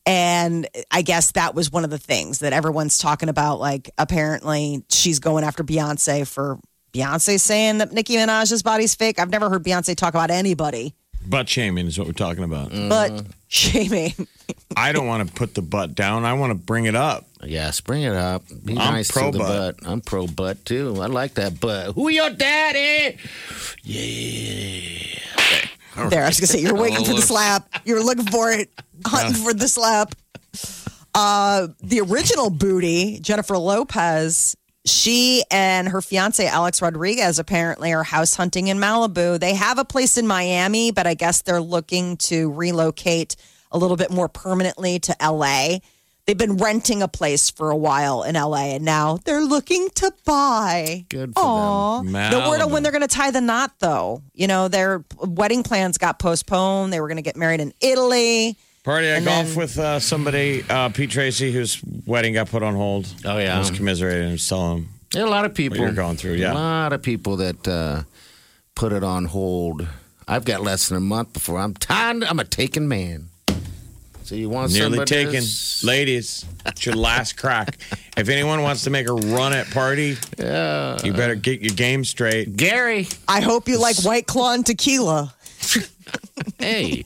D: And I guess that was one of the things that everyone's talking about. Like, apparently, she's going after Beyonce for Beyonce saying that Nicki Minaj's body's fake. I've never heard Beyonce talk about anybody,
E: Butt shaming is what we're talking about.
F: Mm.
D: but shaming.
E: I don't want to put the butt down. I want to bring it up.
F: Yes, bring it up. Be
E: I'm
F: nice
E: pro
F: to the butt.
E: butt.
F: I'm pro butt too. I like that butt. Who your daddy?
D: There, I was gonna say you're waiting for the slap. You're looking for it, hunting for the slap. Uh, the original booty, Jennifer Lopez. She and her fiance Alex Rodriguez apparently are house hunting in Malibu. They have a place in Miami, but I guess they're looking to relocate a little bit more permanently to LA. They've been renting a place for a while in LA, and now they're looking to buy.
F: Good for
D: Aw.
E: them.
D: No word on when
E: Malibu.
D: they're going to tie the knot, though. You know, their wedding plans got postponed. They were going to get married in Italy.
E: Party, I
D: And
E: golf
D: then-
E: with uh, somebody, uh, Pete Tracy, whose wedding got put on hold.
F: Oh, yeah.
E: I was commiserating. I was telling him.
F: There are a lot of people
E: What you're going through, yeah.
F: A lot of people that uh, put it on hold. I've got less than a month before I'm tired. I'm a taken man. So you want
E: Nearly
F: somebody
E: taken.
F: that's-
E: Ladies, it's your last crack. If anyone wants to make a run at party, you better get your game straight.
F: Gary?
D: I hope you like White Claw and tequila.
F: Hey,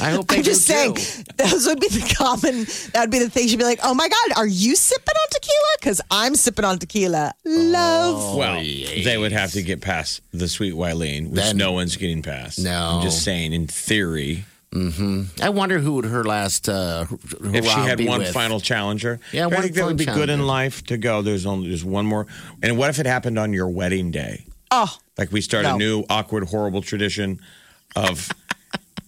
F: I hope they
D: I'm just
F: do
D: saying,
F: too.
D: those would be the common, that would be the thing. She'd be like, oh my God, are you sipping on tequila? Because I'm sipping on tequila.
F: Oh,
D: Love.
E: Well, they would have to get past the sweet Wileen, which
F: Then-
E: no one's getting past.
F: No.
E: I'm just saying, in theory,
F: I wonder who would her last uh, hurrah
E: if she had
F: be
E: one
F: with.
E: final challenger,
F: Yeah,
E: I
F: one
E: think that would be
F: final
E: good in
F: challenger.
E: life to go. There's only there's one more. And what if it happened on your wedding day?
D: Oh,
E: Like we start
D: No.
E: a new awkward, horrible tradition of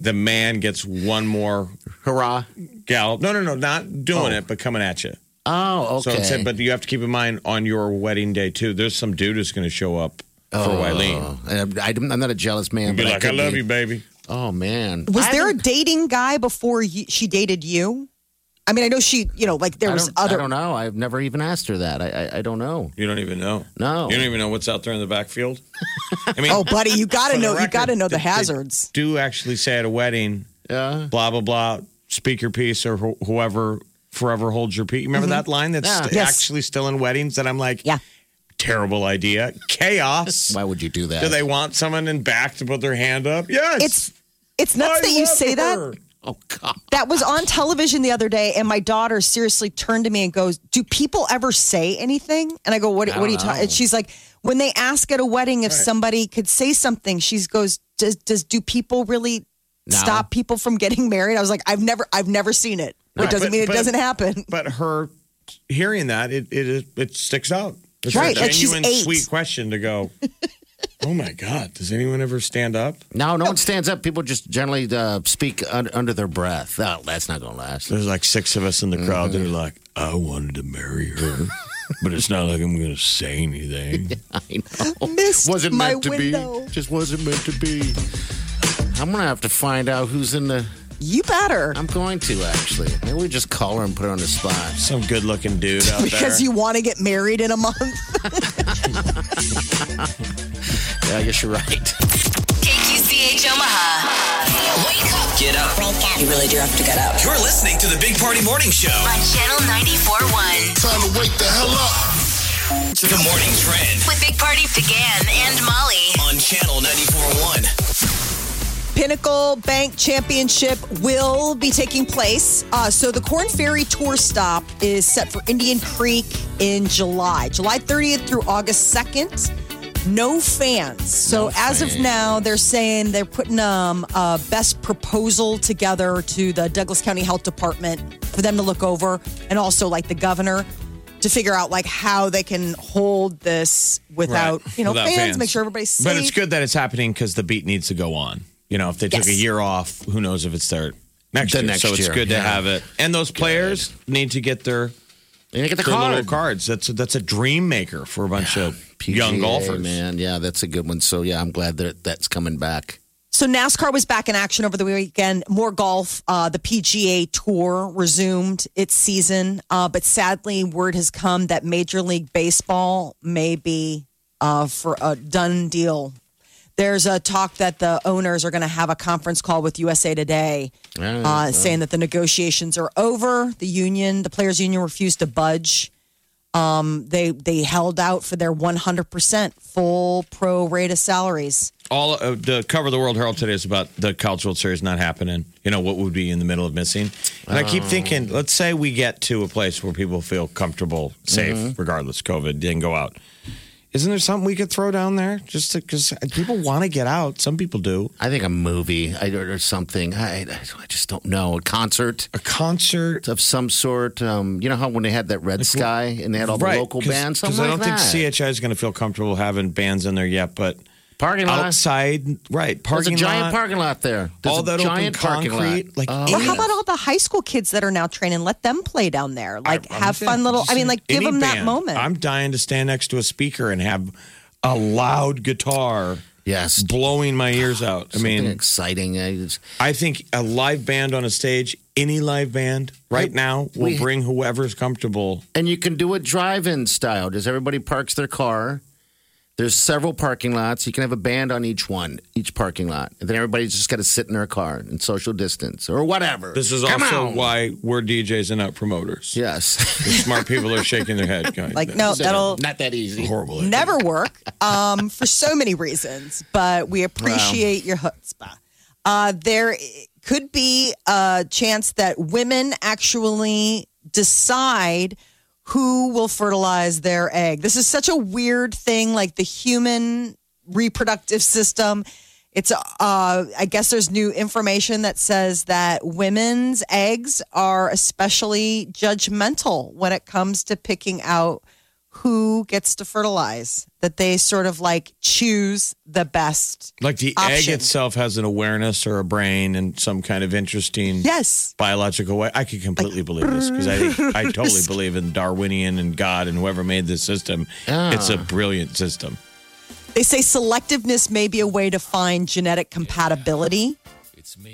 E: the man gets one more
F: hurrah.
E: gal. No, no, no, not doing it, but coming at you.
F: Oh,
E: So
F: okay.
E: it's but you have to keep in mind on your wedding day too. There's some dude who's going to show up for Wileen.
F: Uh, I, am not a jealous man.
E: And Oh. be
F: but
E: like, I
F: could
E: love
F: be.
E: you, baby.
F: Oh man,
D: was
F: I
D: there a
F: don't-
D: dating guy before you, she dated you? I mean, I know she, you know, like there
F: I
D: was
F: don't-
D: other.
F: I don't know. I've never even asked her that. I I, I don't know.
E: You don't even know.
F: No.
E: You don't even know what's out there in the backfield. I mean,
D: Oh, buddy, you got to
E: for the
D: know, you
E: record,
D: got to know the
E: they- they
D: hazards.
E: do actually say at a wedding,
F: Yeah.
E: Mm-hmm. blah, blah, blah, speak your piece or wh- whoever forever holds your peace. Remember that line that's
F: Yeah.
E: st-
D: Mm-hmm. Yes.
E: actually still in weddings that I'm like,
D: Yeah.
E: terrible idea. Chaos.
F: Why would you do that?
E: do they want someone in back to put their hand up? Yes.
D: It's, it's nuts
E: I
D: that you
E: love
D: say that.
E: her.
F: Oh God.
D: That was on television the other day, and my daughter seriously turned to me and goes, "Do people ever say anything?" And I go, "What? what are you talking?" And she's like, "When they ask at a wedding if somebody could say something, she goes, does, does do people really
F: No.
D: stop people from getting married?" I was like, "I've never, I've never seen it. it doesn't
E: but-
D: mean it
E: but-
D: doesn't happen."
E: but her hearing that it it it sticks out. It's
D: Right,
E: a
D: like she's
E: genuine
D: eight.
E: sweet question to go. oh my god, does anyone ever stand up?
F: No, no one stands up. People just generally uh, speak un- under their breath. Oh, that's not going to last.
E: There's like six of us in the crowd
D: Mm-hmm.
E: that are like, I wanted to marry her, but it's not like I'm going to say anything.
F: I know.
D: Missed
F: wasn't
D: my
F: meant to
D: window.
F: be. Just wasn't meant to be. I'm going to have to find out who's in the
D: You better.
F: I'm going to actually. Maybe we just call her and put her on the spot.
E: Some good looking dude out
D: because you want to get married in a month.
F: Yeah, I guess you're right.
C: KQCH Omaha. Wake up.
B: Get up.
C: You really do have to get up.
B: You're listening to the Big Party Morning Show.
C: On Channel 94.1. Time to wake the hell up.
B: The morning trend
C: With Big Party began and Molly.
B: on Channel 941.
D: Pinnacle Bank Championship will be taking place. Uh, so the Corn Ferry Tour stop is set for Indian Creek in July, July 30th through August 2nd. No fans. So as of now, they're saying they're putting um, a best proposal together to the Douglas County Health Department for them to look over, and also like the governor to figure out like how they can hold this without you know
E: Without
D: fans, Make sure everybody's safe.
E: But it's good that it's happening because the beat needs to go on. You know, if they took
D: Yes.
E: a year off, who knows if it's their next
F: The
E: year.
F: next
E: so it's
F: year,
E: good to
F: yeah.
E: have it. And those players need to get their
F: They get the
E: their little
F: card.
E: cards. That's a, that's a dream maker for a bunch of young
F: PGA,
E: golfers.
F: man. Yeah, that's a good one. So yeah, I'm glad that that's coming back.
D: So NASCAR was back in action over the weekend. More golf. Uh, the PGA Tour resumed its season, uh, but sadly, word has come that Major League Baseball may be uh, for a done deal. There's a talk that the owners are going to have a conference call with USA Today, uh, saying that the negotiations are over. The union, the players' union, refused to budge. Um, they they held out for their 100% full pro rate of salaries.
E: all uh, the cover of the World Herald today is about the College World Series not happening. You know what would be in the middle of missing, and I keep thinking, let's say we get to a place where people feel comfortable, safe, regardless COVID didn't go out. Isn't there something we could throw down there just because people want to get out? Some people do.
F: I think a movie I, or or something. I, I just don't know. A concert
E: A concert,
F: of some sort. Um, you know how when they had that Red Sky and they had all the local bands?
E: Because
F: Something
E: I don't
F: like that.
E: think CHI is going to feel comfortable having bands in there yet, but
F: Parking lot.
E: outside, right?
F: There's
E: Parking
F: a giant
E: lot,
F: parking lot there. There's
E: all
F: a
E: that
F: giant
E: open
F: parking
E: concrete,
F: lot. Oh.
E: like
D: Or how about all the high school kids that are now training? Let them play down there. Like,
E: I'm
D: have
E: saying,
D: fun little.
E: just
D: I mean, like, give
E: any
D: them that
E: band.
D: moment.
E: I'm dying to stand next to a speaker and have a loud guitar
F: yes.
E: blowing my ears out. I
F: Something
E: mean,
F: exciting. I just-
E: I think a live band on a stage, any live band right now will
F: we-
E: bring whoever's comfortable.
F: And you can do it drive-in style. Does everybody parks their car? There's several parking lots. You can have a band on each one, each parking lot, and then everybody's just got to sit in their car and social distance or whatever.
E: This is
F: Come
E: also
F: on.
E: why we're DJs and not promoters.
F: Yes.
E: Smart people are shaking their head. Going,
D: like, no, that'll
F: Not that easy.
E: horrible. idea."
D: never work um, for so many reasons, but we appreciate your chutzpah. Uh, there i- could be a chance that women actually decide who will fertilize their egg. This is such a weird thing, like the human reproductive system. It's, uh, I guess there's new information that says that women's eggs are especially judgmental when it comes to picking out who gets to fertilize, that they sort of like choose the best.
E: Like the
D: Option.
E: egg itself has an awareness or a brain and some kind of interesting
D: Yes.
E: biological way. I could completely believe this because I think I totally believe in Darwinian and God and whoever made this system.
F: Ah.
E: It's a brilliant system.
D: They say selectiveness may be a way to find genetic compatibility.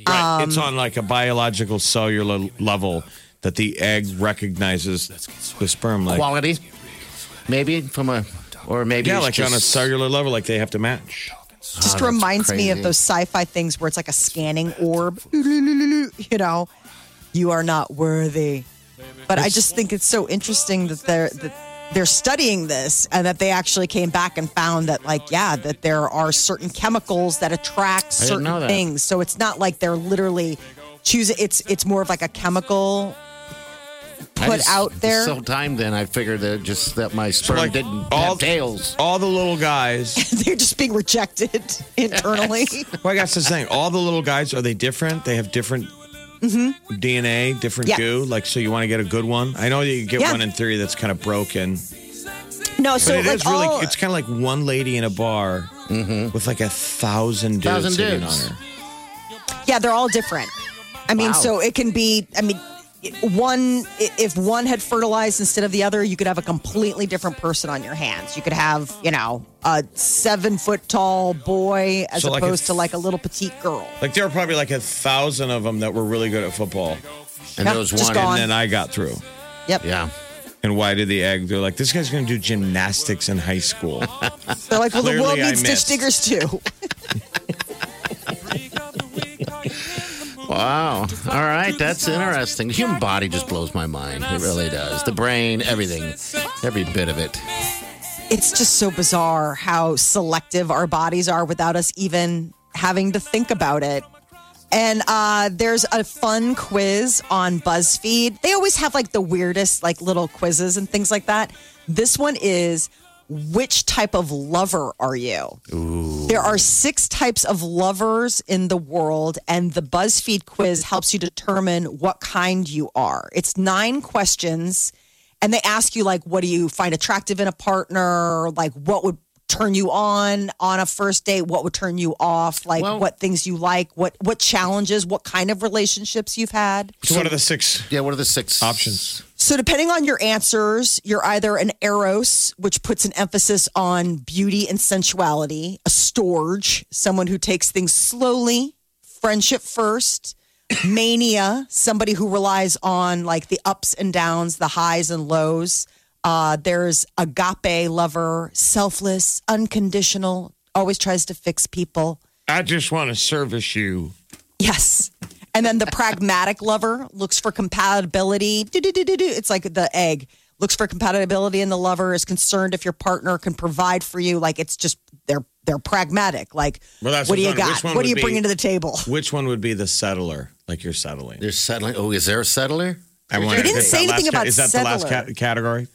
E: Right. it's on like a biological cellular level that the egg recognizes the sperm like
F: Quality, maybe from a, or maybe
E: yeah,
F: it's
E: like
F: just,
E: on a cellular level, like they have to match.
D: Just reminds me of those sci fi things where it's like a scanning orb. You know, you are not worthy. But I just think it's so interesting that they're. That they're studying this and that they actually came back and found that like yeah that there are certain chemicals that attract
F: I didn't know
D: certain
F: that.
D: things so it's not like they're literally choosing it's it's more of like a chemical
F: I
D: put
F: just-
D: out there.
F: This whole time, then I figured that just that my sperm
E: like,
F: didn't
E: all-
F: have tails.
E: All the little guys.
D: they're just being rejected internally
E: well, I guess this thing. All the little guys are they different? They have different DNA, different
D: Yeah.
E: goo. Like, so you want to get a good one? I know you get
D: Yeah.
E: one in theory that's kind of broken.
D: no so
E: But it is
D: like
E: really,
D: all,
E: it's kind of like one lady in a bar
D: Mm-hmm.
E: with like a thousand dudes
F: Thousand
E: sitting
F: dudes.
E: on her.
D: Yeah, they're all different. I mean,
F: Wow.
D: so it can be, I mean, one i- if one had fertilized instead of the other, you could have a completely different person on your hands. You could have, you know, a seven foot tall boy as
E: So like a-
D: opposed to like a little petite girl.
E: Like there were probably like a thousand of them that were really good at football,
D: And Yeah, there was just one- gone.
E: and then I got through.
D: Yep.
E: Yeah. And why did the egg? They're like, this guy's going to do gymnastics in high school.
D: They're like, well, the world
E: Clearly I
D: needs ditch
E: missed.
D: diggers too.
F: Wow. All right. That's interesting. The human body just blows my mind. It really does. The brain, everything, every bit of it.
D: it's just so bizarre how selective our bodies are without us even having to think about it. And uh, there's a fun quiz on BuzzFeed. They always have like the weirdest, like little quizzes and things like that. This one is which type of lover are you? There are six types of lovers in the world, and the BuzzFeed quiz helps you determine what kind you are. It's nine questions, and they ask you, like, what do you find attractive in a partner? Like, what would turn you on on a first date? What would turn you off? Like, what things you like? What, what challenges? What kind of relationships you've had?
E: So what are the six?
F: Yeah, what are the six options?
D: So, depending on your answers, you're either an eros, which puts an emphasis on beauty and sensuality, a storge, someone who takes things slowly, friendship first, mania, somebody who relies on like the ups and downs, the highs and lows. Uh, there's agape lover, selfless, unconditional, always tries to fix people.
E: I just want to service you.
D: Yes. And then the pragmatic lover looks for compatibility. Do-do-do-do-do. It's like the egg looks for compatibility, and the lover is concerned if your partner can provide for you. Like it's just they're they're pragmatic. Like
E: Well, that's
D: what do you
E: what's on-
D: got?
E: which one
D: What do you
E: would be-
D: bringing to the table?
E: Which one would be the settler? Like you're settling.
F: There's settling. Oh, is there a settler?
E: I
D: They didn't say anything about
E: Is that the last
D: settler.
E: ca- category?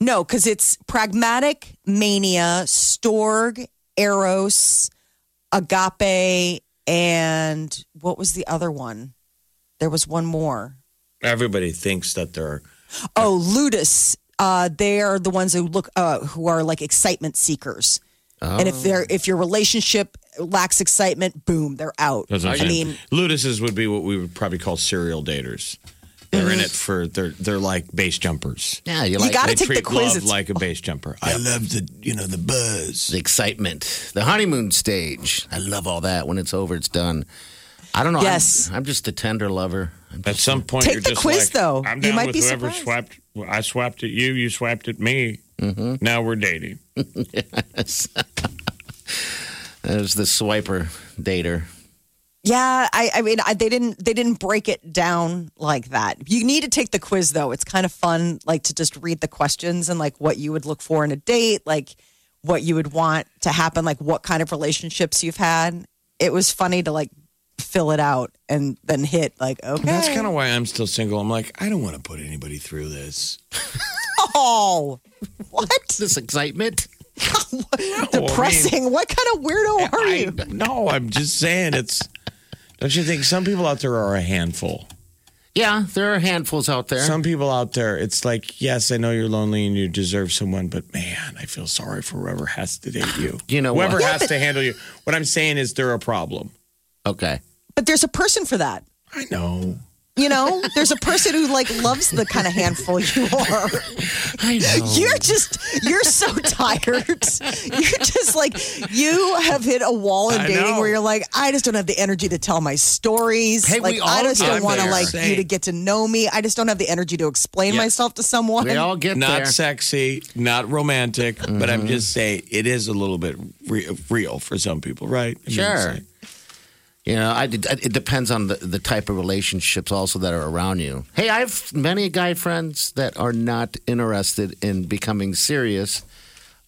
D: No, because it's pragmatic, mania, storg, eros, agape, and what was the other one? There was one more.
E: Everybody thinks that they're
D: Oh, ludus. Uh, they are the ones who look uh, who are like excitement seekers. And if they're if your relationship lacks excitement, boom, they're out.
E: That's what
D: I
E: I'm saying.
D: mean,
E: Ludices would be what we would probably call serial daters. They're in it for they're they're like base jumpers.
F: Yeah,
D: you You like- gotta
E: they
D: take the
E: treat
D: quiz.
E: love
D: It's-
E: like a base jumper. I love the you know the buzz,
F: the excitement, the honeymoon stage. I love all that. When it's over, it's done. I don't know. I'm-
D: Yes.
F: I'm, just a tender lover. I'm
E: At some point,
D: Take
E: you're
D: the
E: just
D: quiz,
E: like,
D: though.
E: I'm
D: You
E: down
D: might
E: with
D: be
E: whoever swapped. I swapped at you. You swapped at me. Now we're dating.
F: yes. There's the swiper dater.
D: yeah, I, I mean, I, they didn't they didn't break it down like that. You need to take the quiz though. It's kind of fun, like to just read the questions and like what you would look for in a date, like what you would want to happen, like what kind of relationships you've had. It was funny to like fill it out and then hit like okay.
E: And That's kind of why I'm still single. I'm like, I don't want to put anybody through this.
D: Oh, what?
F: This excitement.
D: Depressing. what kind of weirdo are
E: I,
D: you?
E: no, I'm just saying it's. Don't you think some people out there are a handful?
F: Yeah, there are handfuls out there.
E: Some people out there, it's like, yes, I know you're lonely and you deserve someone, but man, I feel sorry for whoever has to date you.
F: You know
E: whoever
F: what?
E: has to handle you. What I'm saying is, they're a problem.
F: Okay.
D: But there's a person for that.
E: I know.
D: You know, there's a person who like loves the kind of handful you are.
F: I know.
D: You're just you're so tired. You're just like you have hit a wall in
E: I
D: dating
E: know.
D: where you're like, I just don't have the energy to tell my stories.
F: Hey,
D: like
F: we
D: I
F: all
D: just don't
F: get
D: want to
F: there.
D: like you
E: Same.
D: to get to know me. I just don't have the energy to explain
E: Yeah.
D: myself to someone.
F: We all get
E: Not
F: there.
E: sexy, not romantic, but
F: Mm-hmm.
E: I'm just saying it is a little bit re- real for some people, right? I mean,
F: Sure.
E: it's
F: You know, I, did- it depends on the, the type of relationships also that are around you. Hey, I have many guy friends that are not interested in becoming serious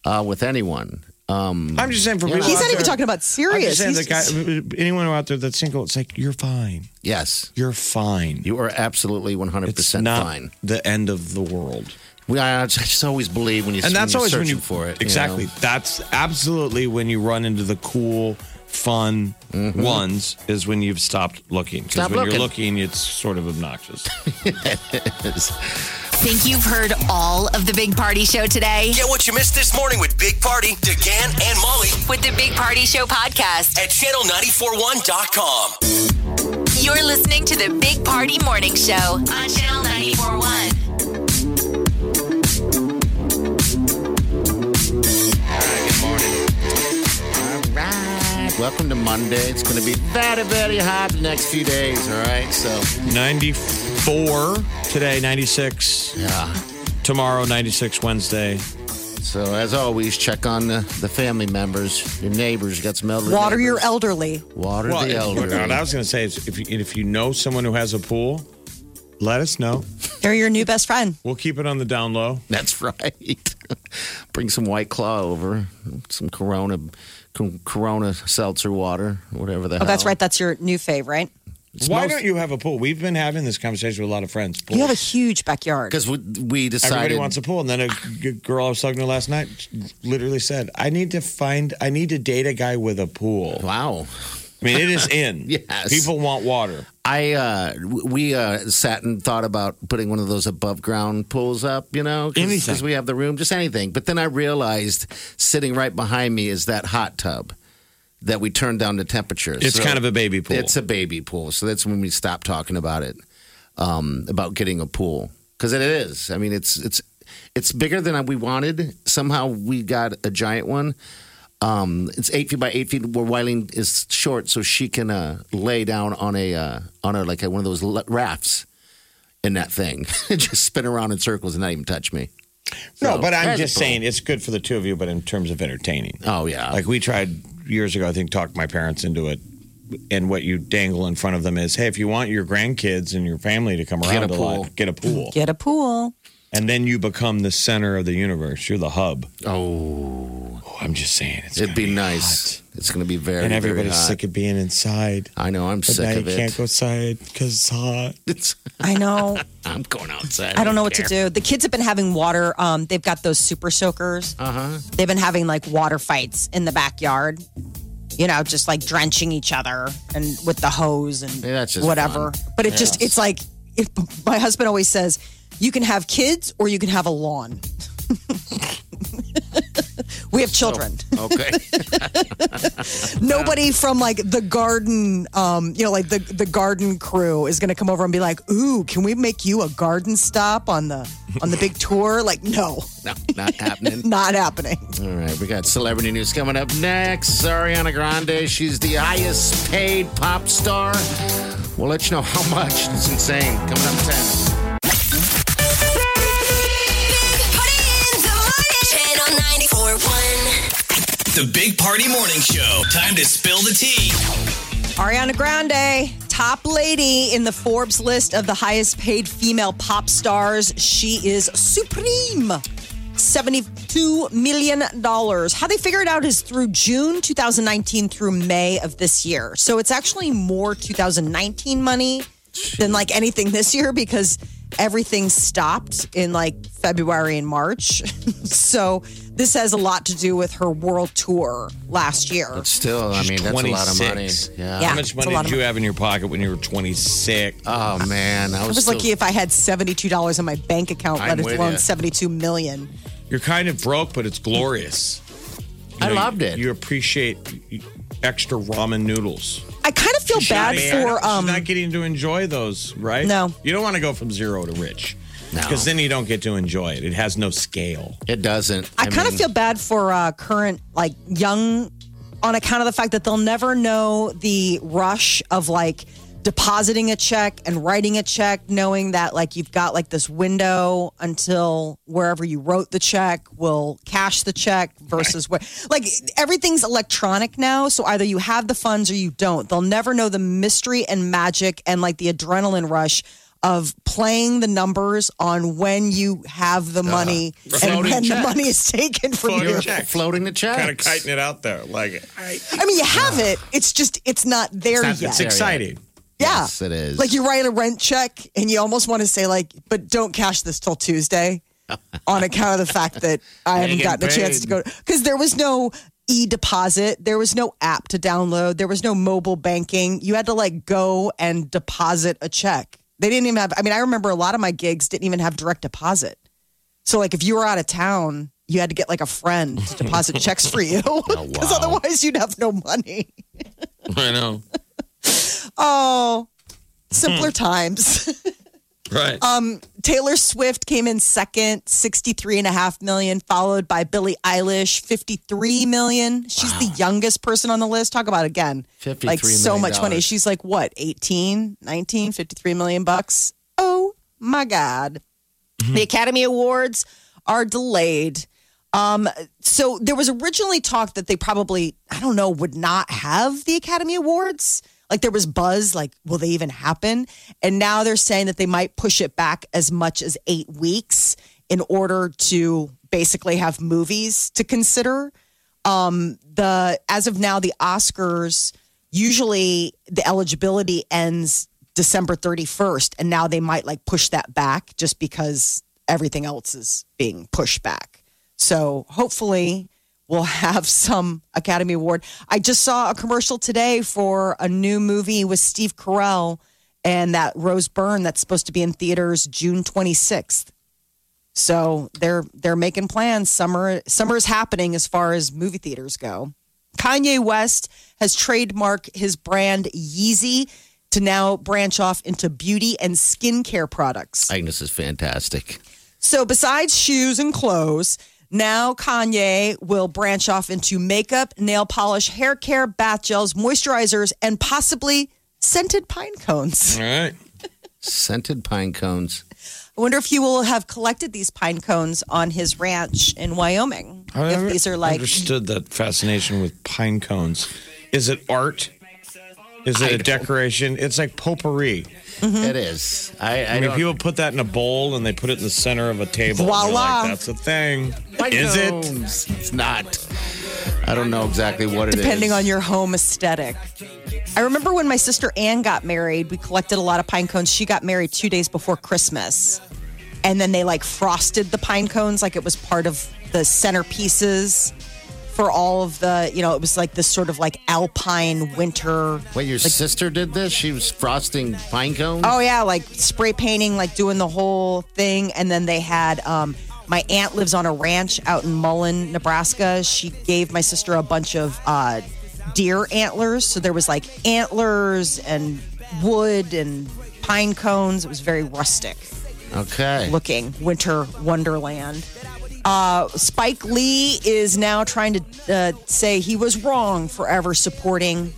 F: uh, with anyone. Um,
E: like- I'm just saying for
F: You know,
E: people
D: He's
E: out
D: not even
E: there-
D: talking about
E: I'm
D: serious.
E: just saying
D: He's
E: that guy,
D: just-
E: anyone out there that's single, it's like you're fine.
F: yes,
E: You're fine.
F: you are absolutely 100%
E: it's not
F: fine.
E: the end of the world.
F: We, I just always believe when you when
E: and that's
F: you're
E: always when
F: searching
E: you
F: for it. you
E: exactly
F: know.
E: that's absolutely when you run into the cool fun ones is when you've stopped looking because
F: Mm-hmm. Stop
E: when you're
F: looking.
E: looking it's sort of obnoxious
C: Think you've heard all of the Big Party Show today?
B: Get what you missed this morning with Big Party, DeGan, and Molly
C: With the Big Party Show podcast,
B: at channel941.com.
C: You're listening to the Big Party Morning Show on Channel 941.
F: All right. Welcome to Monday. It's going to be very, very hot the next few days. All right. So
E: 94 today, 96.
F: Yeah.
E: Tomorrow, 96 Wednesday.
F: So as always, check on the, the family members, your neighbors. You got some elderly.
D: Water
F: neighbors.
D: your elderly.
F: Water
E: Well,
F: the
E: if-
F: elderly.
E: what I was going to say is if you, if you know someone who has a pool, let us know.
D: They're your new best friend.
E: We'll keep it on the down low.
F: That's right. Bring some White Claw over, some Corona, co- Corona seltzer water, whatever the
D: Oh,
F: hell.
D: that's right. That's your new fave, right?
E: Why don't you have a pool? We've been having this conversation with a lot of friends.
D: You have a huge backyard.
F: Because we, we
E: Everybody
F: decided.
E: wants a pool, and then a g- girl I was talking to last night literally said, "I need to find, I need to date a guy with a pool."
F: wow.
E: I mean, it is in.
F: Yes.
E: people want water.
F: I uh, w- we uh, sat and thought about putting one of those above ground pools up, you know,
E: Anything.
F: because we have the room, just anything. But then I realized sitting right behind me is that hot tub that we turned down the temperature.
E: It's
F: So
E: kind of a baby pool.
F: It's a baby pool, so that's when we stopped talking about it, um, about getting a pool, because it is. I mean, it's it's it's bigger than we wanted. Somehow we got a giant one. Um, it's eight feet by eight feet. Where Wiley is short, so she can uh, lay down on a uh, on a like a, one of those l- rafts in that thing, and just spin around in circles and not even touch me.
E: no,
F: So,
E: but I'm
F: there's a
E: just
F: pool.
E: saying it's good for the two of you. But in terms of entertaining,
F: Oh yeah,
E: like we tried years ago, I think talked my parents into it. And what you dangle in front of them is, hey, if you want your grandkids and your family to come
F: Get
E: around
F: a pool.
E: lot, get a pool,
D: Get a pool.
E: and then you become the center of the universe. You're the hub.
F: oh,
E: Oh, I'm just saying, it's
F: it'd
E: gonna
F: be nice.
E: hot.
F: It's gonna be very
E: and
F: very
E: everybody's
F: hot.
E: sick of being inside.
F: I know. I'm
E: But now
F: sick
E: you
F: of it.
E: can't go outside because it's hot.
F: It's-
D: I know.
F: I'm going outside.
D: I don't know what to
F: care.
D: do. The kids have been having water. Um, they've got those super soakers. Uh
F: Uh-huh.
D: huh. They've been having like water fights in the backyard. You know, just like drenching each other and with the hose and
F: Yeah, that's just
D: whatever.
F: fun.
D: But it just it's like it, my husband always says, you can have kids or you can have a lawn. we have children.
F: Okay.
D: Nobody from like the garden, um, you know, like the the garden crew is going to come over and be like, "Ooh, can we make you a garden stop on the on the big tour?" Like, no,
F: no, not happening.
D: not happening.
F: All right, we got celebrity news coming up next. Ariana Grande, she's the highest paid pop star. We'll let you know how much. It's insane. Coming up 10.
C: Party in the morning. Channel 941.
B: The Big Party Morning Show. Time to spill the tea.
D: Ariana Grande, top lady in the Forbes list of the highest paid female pop stars. She is supreme. $72 million. How they figure it out is through June 2019 through May of this year. So it's actually more 2019 money than like anything this year because everything stopped in like February and March. so this has a lot to do with her world tour last year.
F: Still, I mean, that's a lot of money.
E: 26.
F: Yeah.
D: Yeah.
E: How much
D: it's a
E: money
D: lot
E: did
D: of
E: you have in your pocket when you were 26?
F: Oh, man. I was,
D: I was
F: still-
D: lucky if I had seventy-two dollars in my bank account, let
F: I'm with
D: alone
F: ya.
D: seventy-two million.
E: You're kind of broke, but it's glorious. You
F: I
E: know,
F: loved
E: you-
F: it.
E: You appreciate extra ramen noodles.
D: I kind of feel bad
E: She's
D: for
E: not-
D: um.
E: she's not getting to enjoy those, right?
D: No.
E: You don't want to go from zero to rich.
F: No.
E: Because then you don't get to enjoy it. It has no scale.
F: It doesn't.
D: I kind of
F: mean,
D: feel bad for uh, current like young, on account of the fact that they'll never know the rush of like depositing a check and writing a check, knowing that like you've got like this window until wherever you wrote the check will cash the check versus where like everything's electronic now. So either you have the funds or you don't. They'll never know the mystery and magic and like the adrenaline rush. Of playing the numbers on when you have the money and
F: Floating
D: when the
F: checks.
D: money is taken from
E: Floating
D: you.
E: checks. check.
F: floating the check.
E: Kind of kiting it out there. Like, I,
D: I mean, you have it. It's just it's not there
F: It's not-
D: yet.
E: it's exciting.
D: yeah,
F: Yes, it is.
D: Like you write a rent check, and you almost want to say like, "But don't cash this till Tuesday," on account of the fact that I haven't
F: you're
D: gotten a
F: getting
D: chance to go because there was no e deposit, there was no app to download, there was no mobile banking. You had to like go and deposit a check. They didn't even have. I mean, I remember a lot of my gigs didn't even have direct deposit. So like, if you were out of town. You had to get like a friend to deposit checks for you because otherwise you'd have no money.
E: I know.
D: Oh, simpler times.
J: Right.
D: Um, Taylor Swift came in second, 63 and a half million, followed by Billie Eilish, 53 million. She's the youngest person on the list. Talk about again. Like
F: $53
D: so much money.
F: million.
D: She's like what, 18, 19, 53 million bucks. Oh my God. The Academy Awards are delayed. Um, so there was originally talk that they probably, I don't know, would not have the Academy Awards. Like there was buzz, like, will they even happen? And now they're saying that they might push it back as much as eight weeks in order to basically have movies to consider. Um, the as of now, the Oscars usually the eligibility ends December 31st, and now they might like push that back just because everything else is being pushed back. So hopefully we'll have some Academy Award. I just saw a commercial today for a new movie with Steve Carell and that Rose Byrne that's supposed to be in theaters June 26th. So they're they're making plans. Summer summer is happening as far as movie theaters go. Kanye West has trademarked his brand Yeezy to now branch off into beauty and skincare products.
F: Agnes is fantastic.
D: So, besides shoes and clothes, now Kanye will branch off into makeup, nail polish, hair care, bath gels, moisturizers, and possibly scented pine cones.
F: All right. Scented pine cones.
D: I wonder if he will have collected these pine cones on his ranch in Wyoming.
E: I
D: if
E: never
D: these are like,
E: understood that fascination with pine cones. Is it art? Is it a decoration? It's like potpourri.
D: Mm-hmm.
F: It is. I, I,
E: I, mean,
F: don't-
E: people put that in a bowl and they put it in the center of a table. and they're
F: Voila.
E: like, That's a thing.
F: Pine
E: is
F: cones. It's not. I don't know exactly what it is.
D: depending on your home aesthetic. I remember when my sister Anne got married, we collected a lot of pine cones. She got married two days before Christmas. And then they like frosted the pine cones like it was part of the centerpieces for all of the, you know, it was like this sort of like alpine winter.
F: Wait, your sister did this? She was frosting pine cones?
D: Oh, yeah, like spray painting, like doing the whole thing. And then they had, um, my aunt lives on a ranch out in Mullen, Nebraska. She gave my sister a bunch of uh, deer antlers. So there was like antlers and wood and pine cones. It was very rustic
F: Okay.
D: looking winter wonderland. Uh, Spike Lee is now trying to uh, say he was wrong forever supporting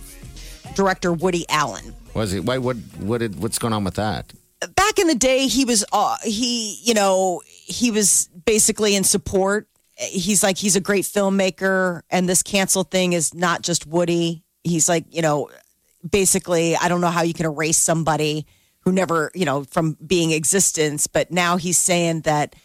D: director Woody Allen.
F: Was it? Why? What? What? Did, what's going on with that?
D: back in the day he was uh, he you know he was basically in support he's like he's a great filmmaker and this cancel thing is not just woody he's like you know basically i don't know how you can erase somebody who never you know from being existence but now he's saying that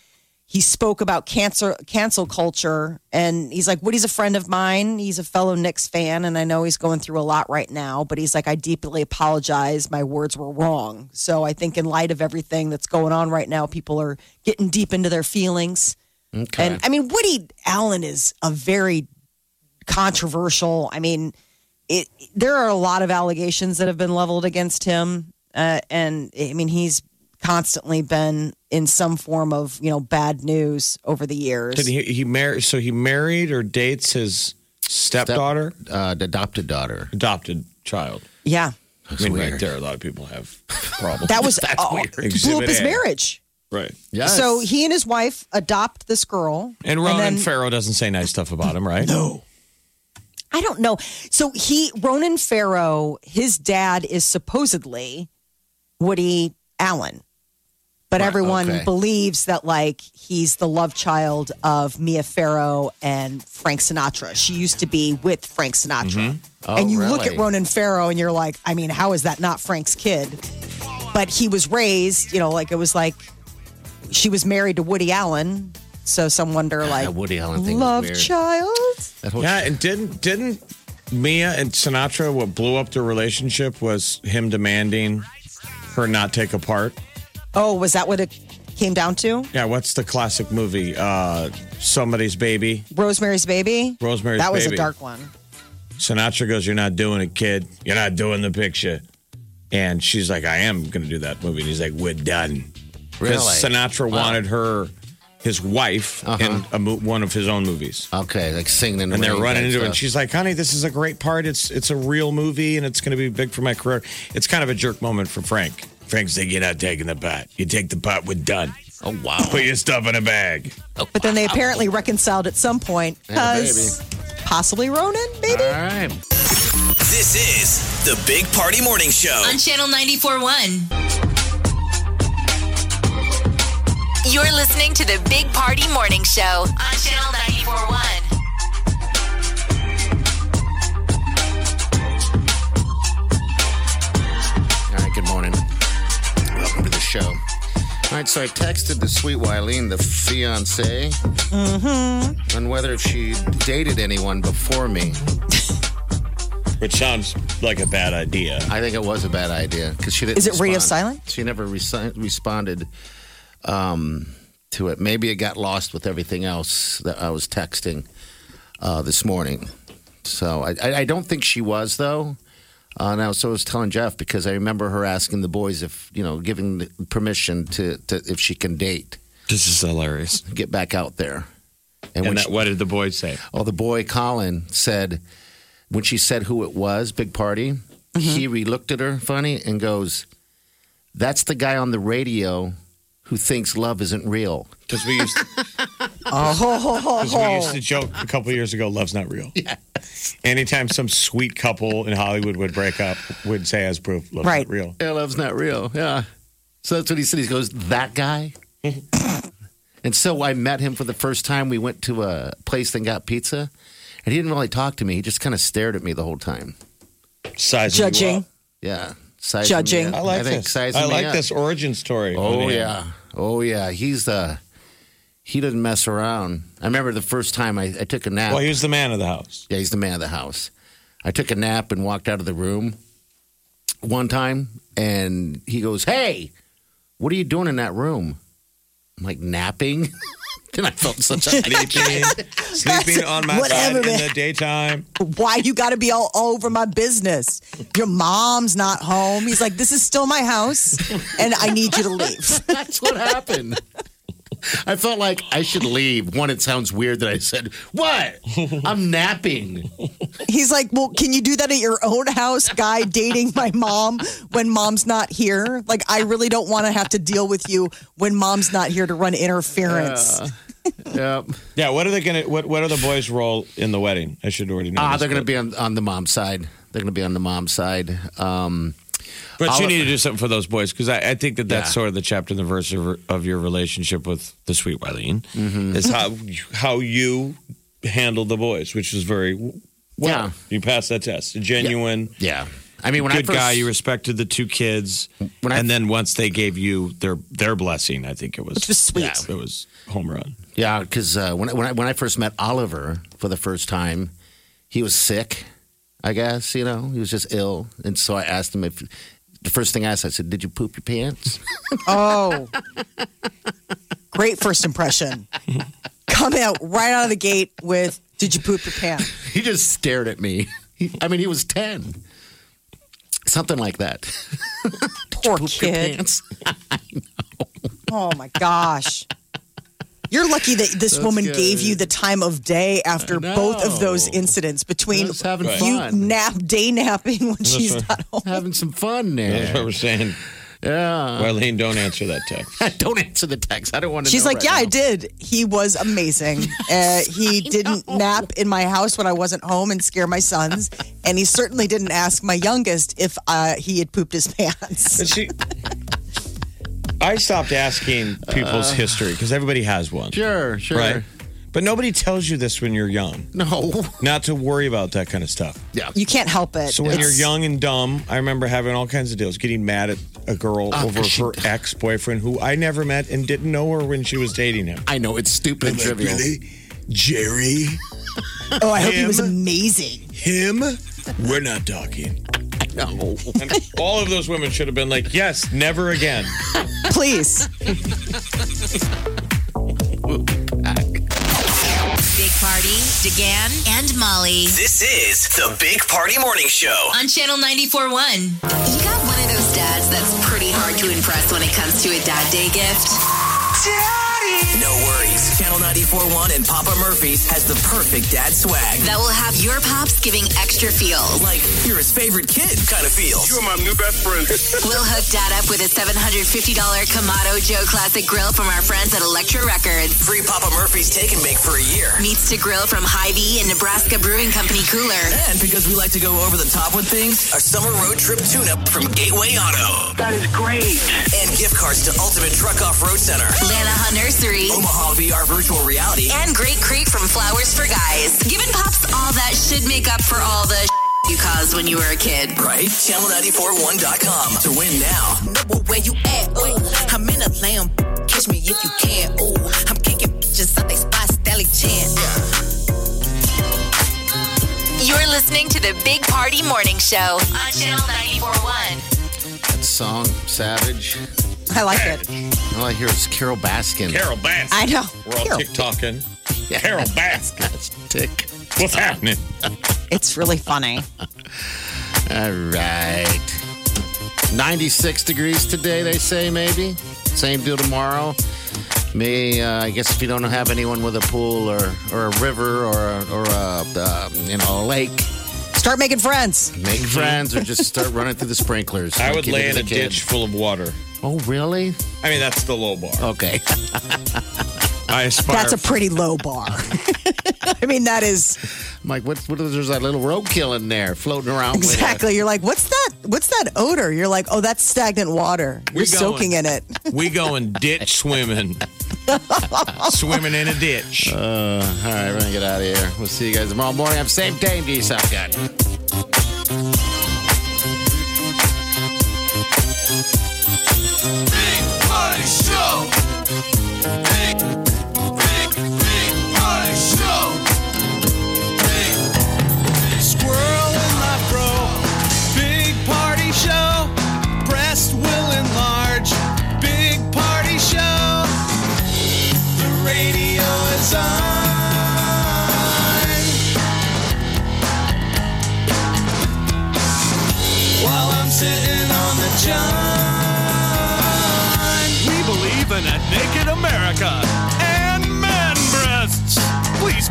D: he spoke about cancer cancel culture and he's like Woody's a friend of mine. He's a fellow Knicks fan and I know he's going through a lot right now, but he's like I deeply apologize. My words were wrong. So I think in light of everything that's going on right now, people are getting deep into their feelings.
F: Okay.
D: And I mean Woody Allen is a very controversial. I mean, it, there are a lot of allegations that have been leveled against him, uh, and I mean he's constantly been in some form of you know bad news over the years.
E: it? Did he, he mar- so he married or dates his stepdaughter?
F: uh, adopted daughter.
E: Adopted child.
D: yeah,
E: I mean, right there, a lot of people have problems.
D: that was
E: That's
D: oh,
E: weird.
D: blew up
E: Exhibit
D: his
E: A.
D: marriage.
E: Right.
D: So he and his wife adopt this girl,
E: and Ronan
D: then-
E: Farrow doesn't say nice stuff about him, right? No.
D: I don't know. So he, Ronan Farrow, his dad is supposedly Woody Allen, but
K: Right,
D: everyone
K: okay.
D: believes that like he's the love child of Mia Farrow and Frank Sinatra. She used to be with Frank Sinatra.
K: Mhm. Oh,
D: and you look
K: really?
D: at Ronan Farrow and you're like, I mean, how is that not Frank's kid? But he was raised, you know, like it was like she was married to Woody Allen. So some wonder like
F: Woody Allen thing was
D: love
F: weird.
D: child.
E: yeah, and didn't didn't Mia and Sinatra what blew up their relationship was him demanding her not take a part.
D: Oh, was that what it came down to?
E: Yeah, what's the classic movie? Uh Somebody's Baby.
D: Rosemary's Baby.
E: Rosemary's
D: that was a
E: Baby.
D: dark one.
E: Sinatra goes, You're not doing it, kid. You're not doing the picture. And she's like, I am gonna do that movie. And he's like, We're done.
F: Really?
E: Sinatra
F: Wow. Uh-huh.
E: wanted her his wife in a mo- one of his own movies.
F: Okay, like singing in the
E: and they're
F: rain
E: running
F: type
E: into it. And
F: stuff.
E: she's like, "Honey, this is a great part. It's it's a real movie, and it's going to be big for my career." It's kind of a jerk moment for Frank. Frank's like, "You're not taking the pot. You take the pot. We're done."
F: Oh wow!
E: Put your stuff in a bag.
D: But then they apparently reconciled at some point
E: Oh, And a
D: because possibly Ronan, maybe.
F: All right.
B: This is the Big Party Morning Show.
C: on Channel 94.1. You're listening to the Big Party Morning Show on Channel 94.1.
F: All right, good morning. Welcome to the show. All right, so I texted the sweet Wileen, the fiance,
D: Mm-hmm.
F: on whether if she dated anyone before me.
E: Which sounds like a bad idea.
F: I think it was a bad idea because she didn't.
D: Is it radio
F: respond. She never resi- responded um, to it. Maybe it got lost with everything else that I was texting uh, this morning. So I, I, I don't think she was though. Uh, now, so I was telling Jeff because I remember her asking the boys if you know giving the permission to, to if she can date.
E: This is hilarious.
F: Get back out there.
E: And,
F: when
E: that,
F: she-
E: what did the boys say?
F: Oh, the boy Colin said when she said who it was, big party. He re looked at her funny and goes, "That's the guy on the radio who thinks love isn't real."
E: Because we used
D: Oh, ho, ho, ho,
E: Because we
D: ho.
E: used to joke a couple years ago, love's not real. Yeah. Anytime some sweet couple in Hollywood would break up, would say as proof, love's
D: Right.
E: not real.
F: Yeah, love's not real. Yeah. So that's what he said. He goes, "That guy." and so I met him for the first time. We went to a place and got pizza, and he didn't really talk to me. He just kind of stared at me the whole time.
E: Sizing you
D: Judging.
E: up.
F: Yeah, sizing me
D: Judging.
F: up.
E: I like
F: think
E: this.
F: sizing
E: I
F: me
E: like
F: up.
E: this origin story.
F: Oh
E: Leanne.
F: yeah. Oh yeah. He's the he doesn't mess around. I remember the first time I, I took a nap.
E: Well, he was the man of the house.
F: yeah, he's the man of the house. I took a nap and walked out of the room one time and he goes, Hey, what are you doing in that room? I'm like napping. and I felt such a
E: Sleeping, sleeping on my
D: Whatever,
E: side in
D: man.
E: the daytime.
D: Why you got to be all over my business? Your mom's not home. He's like, this is still my house, and I need you to leave.
F: That's what happened. I felt like I should leave. One, it sounds weird that I said, What? I'm napping.
D: He's like, well, can you do that at your own house, guy dating my mom when mom's not here? Like, I really don't want to have to deal with you when mom's not here to run interference.
F: Yep.
E: Yeah, what are they gonna what what are the boys' role in the wedding? I should already know.
F: Ah,
E: this,
F: they're going to
E: but-
F: be on, on the mom's side. They're going to be on the mom's side. Um,
E: But you
F: I'll-
E: need to do something for those boys because I, I think that that's
F: Yeah.
E: sort of the chapter and the verse of, of your relationship with the sweet Wileen
F: Mm-hmm.
E: is how you- how you handle the boys, which is very well.
F: Yeah.
E: You passed that test, genuine.
F: yeah. I mean, when I
E: good
F: first,
E: guy, you respected the two kids,
F: When I-
E: and then once they gave you their their blessing, I think it was
D: Which was sweet.
E: Yeah, it was home run.
F: yeah, because uh, when I- when I, when I first met Oliver for the first time, he was sick. I guess you know he was just ill, and so I asked him if the first thing I asked, I said, "Did you poop your pants?"
D: Oh, great first impression. Come out right out of the gate with, did you poop your pants?
F: he just stared at me. He, I mean, he was ten, something like that.
D: Poor
F: Your
D: kid.
F: pants.
D: Oh my gosh. You're lucky that this woman gave you the time of day after both of those incidents between
F: Just having
E: Right.
D: you
F: fun,
D: nap day napping when she's not home.
F: having some fun
E: That's what
F: there.
E: we're saying.
F: Yeah.
E: Wileen, don't answer that text.
F: don't answer the text. I don't want to.
D: She's
F: know
D: like,
F: right
D: yeah,
F: now.
D: I did. He was amazing. Uh, he didn't nap in my house when I wasn't home and scare my sons, and he certainly didn't ask my youngest if uh, he had pooped his pants.
E: But she, I stopped asking people's history because everybody has one.
F: Uh-uh. Sure, sure.
E: Right. But nobody tells you this when you're young,
F: No.
E: not to worry about that kind of stuff.
F: Yeah.
D: You can't help it.
E: So when
D: It's-
E: you're young and dumb, I remember having all kinds of deals, getting mad at a girl
F: 'cause
E: over
F: Oh, she-
E: her ex boyfriend who I never met and didn't know her when she was dating him.
F: I know it's stupid and trivial.
E: Jerry,
D: Oh, I hope he was
E: Him?
D: amazing.
E: him, we're not talking.
F: No.
E: And all of those women should have been like, yes, never again.
D: Please.
C: Big Party, DeGan, and Molly
B: This is the Big Party Morning Show.
C: on Channel 94.1. You got one of those dads that's pretty hard to impress when it comes to a dad day gift.
G: Daddy!
B: No worries. Channel 94.1 and Papa Murphy's has the perfect dad swag.
C: That will have your pops giving extra feels.
B: Like you're his favorite kid kind of feel.
J: You're my new best friend.
C: We'll hook Dad up with a $750 Kamado Joe classic grill from our friends at Electra Records.
B: Free Papa Murphy's take and bake for a year.
C: Meats to grill from Hy-Vee and Nebraska Brewing Company Cooler.
B: And because we like to go over the top with things, our summer road trip tune-up from Gateway Auto.
J: That is great.
B: And gift cards to Ultimate Truck Off Road Center.
C: Lanaha Nursery.
B: Omaha VR Virtual Reality.
C: And Great Creek from Flowers for Guys. Giving Pops all that should make up for all the you caused when you were a kid.
B: Right? Channel941.com to win now.
K: Know where you at? Ooh, I'm in a lamb. Catch me if you can. Ooh, I'm kicking bitches up they spots, Deli Chan.
C: You're listening to the Big Party Morning Show on Channel 941.
F: That song, Savage.
D: I like it.
F: All I hear is Carol Baskin.
E: Carol Baskin.
D: I know.
E: We're all
D: Carol.
E: TikToking. Carol Baskin. Tick. What's happening?
D: It's really funny.
F: All right. 96 degrees today, they say, maybe. Same deal tomorrow. May, uh, I guess if you don't have anyone with a pool or, or a river or, a- or a, um, you know, a lake,
D: Start making friends.
F: make friends or just start running through the sprinklers.
E: Mm-hmm. I
F: Like
E: would
F: you
E: lay
F: did
E: in
F: as
E: a
F: kid.
E: ditch full of water.
F: Oh, really?
E: I mean, that's the low bar.
F: Okay.
E: Oh, I aspire.
D: That's a pretty low bar. I mean, that is
F: I'm like, what, what is, there's that little roadkill in there floating around with uh, you.
D: exactly. You're like, what's that? What's that odor? You're like, oh, that's stagnant water.
E: We're
D: You're soaking in
E: going.
D: it.
E: we going ditch swimming. swimming in a ditch.
F: Uh, all right, we're going to get out of here. We'll see you guys tomorrow morning. Have a safe day and do yourself good.
G: Big Party Show. Big, big, big Party Show. Big
A: Squirrel in my fro. Big party show. Breast will enlarge. Big party show. The radio is on. While I'm sitting on the john. We believe in a naked America and man breasts. Please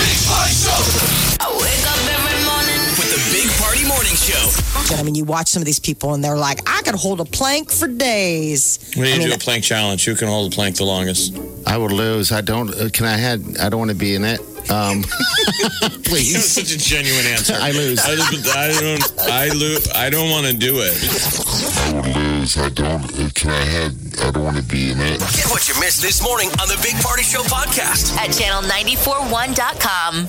B: Big Party Show
C: I wake up every morning.
B: with the Big Party Morning Show.
D: But, I mean, you watch some of these people and they're like, I could hold a plank for days.
E: We need
D: I
E: to
D: mean,
E: do a plank challenge. Who can hold the plank the longest?
F: I would lose. I don't. Uh, can I had? I don't want to be in it. Um,
E: That was
F: please.
E: such a genuine answer.
F: I lose.
E: I, just- I don't. I lose. I don't want to do it.
L: I don't. uh, Can I have? I don't want to be in it.
B: Get what you missed this morning on the Big Party Show podcast.
C: At channel941.com.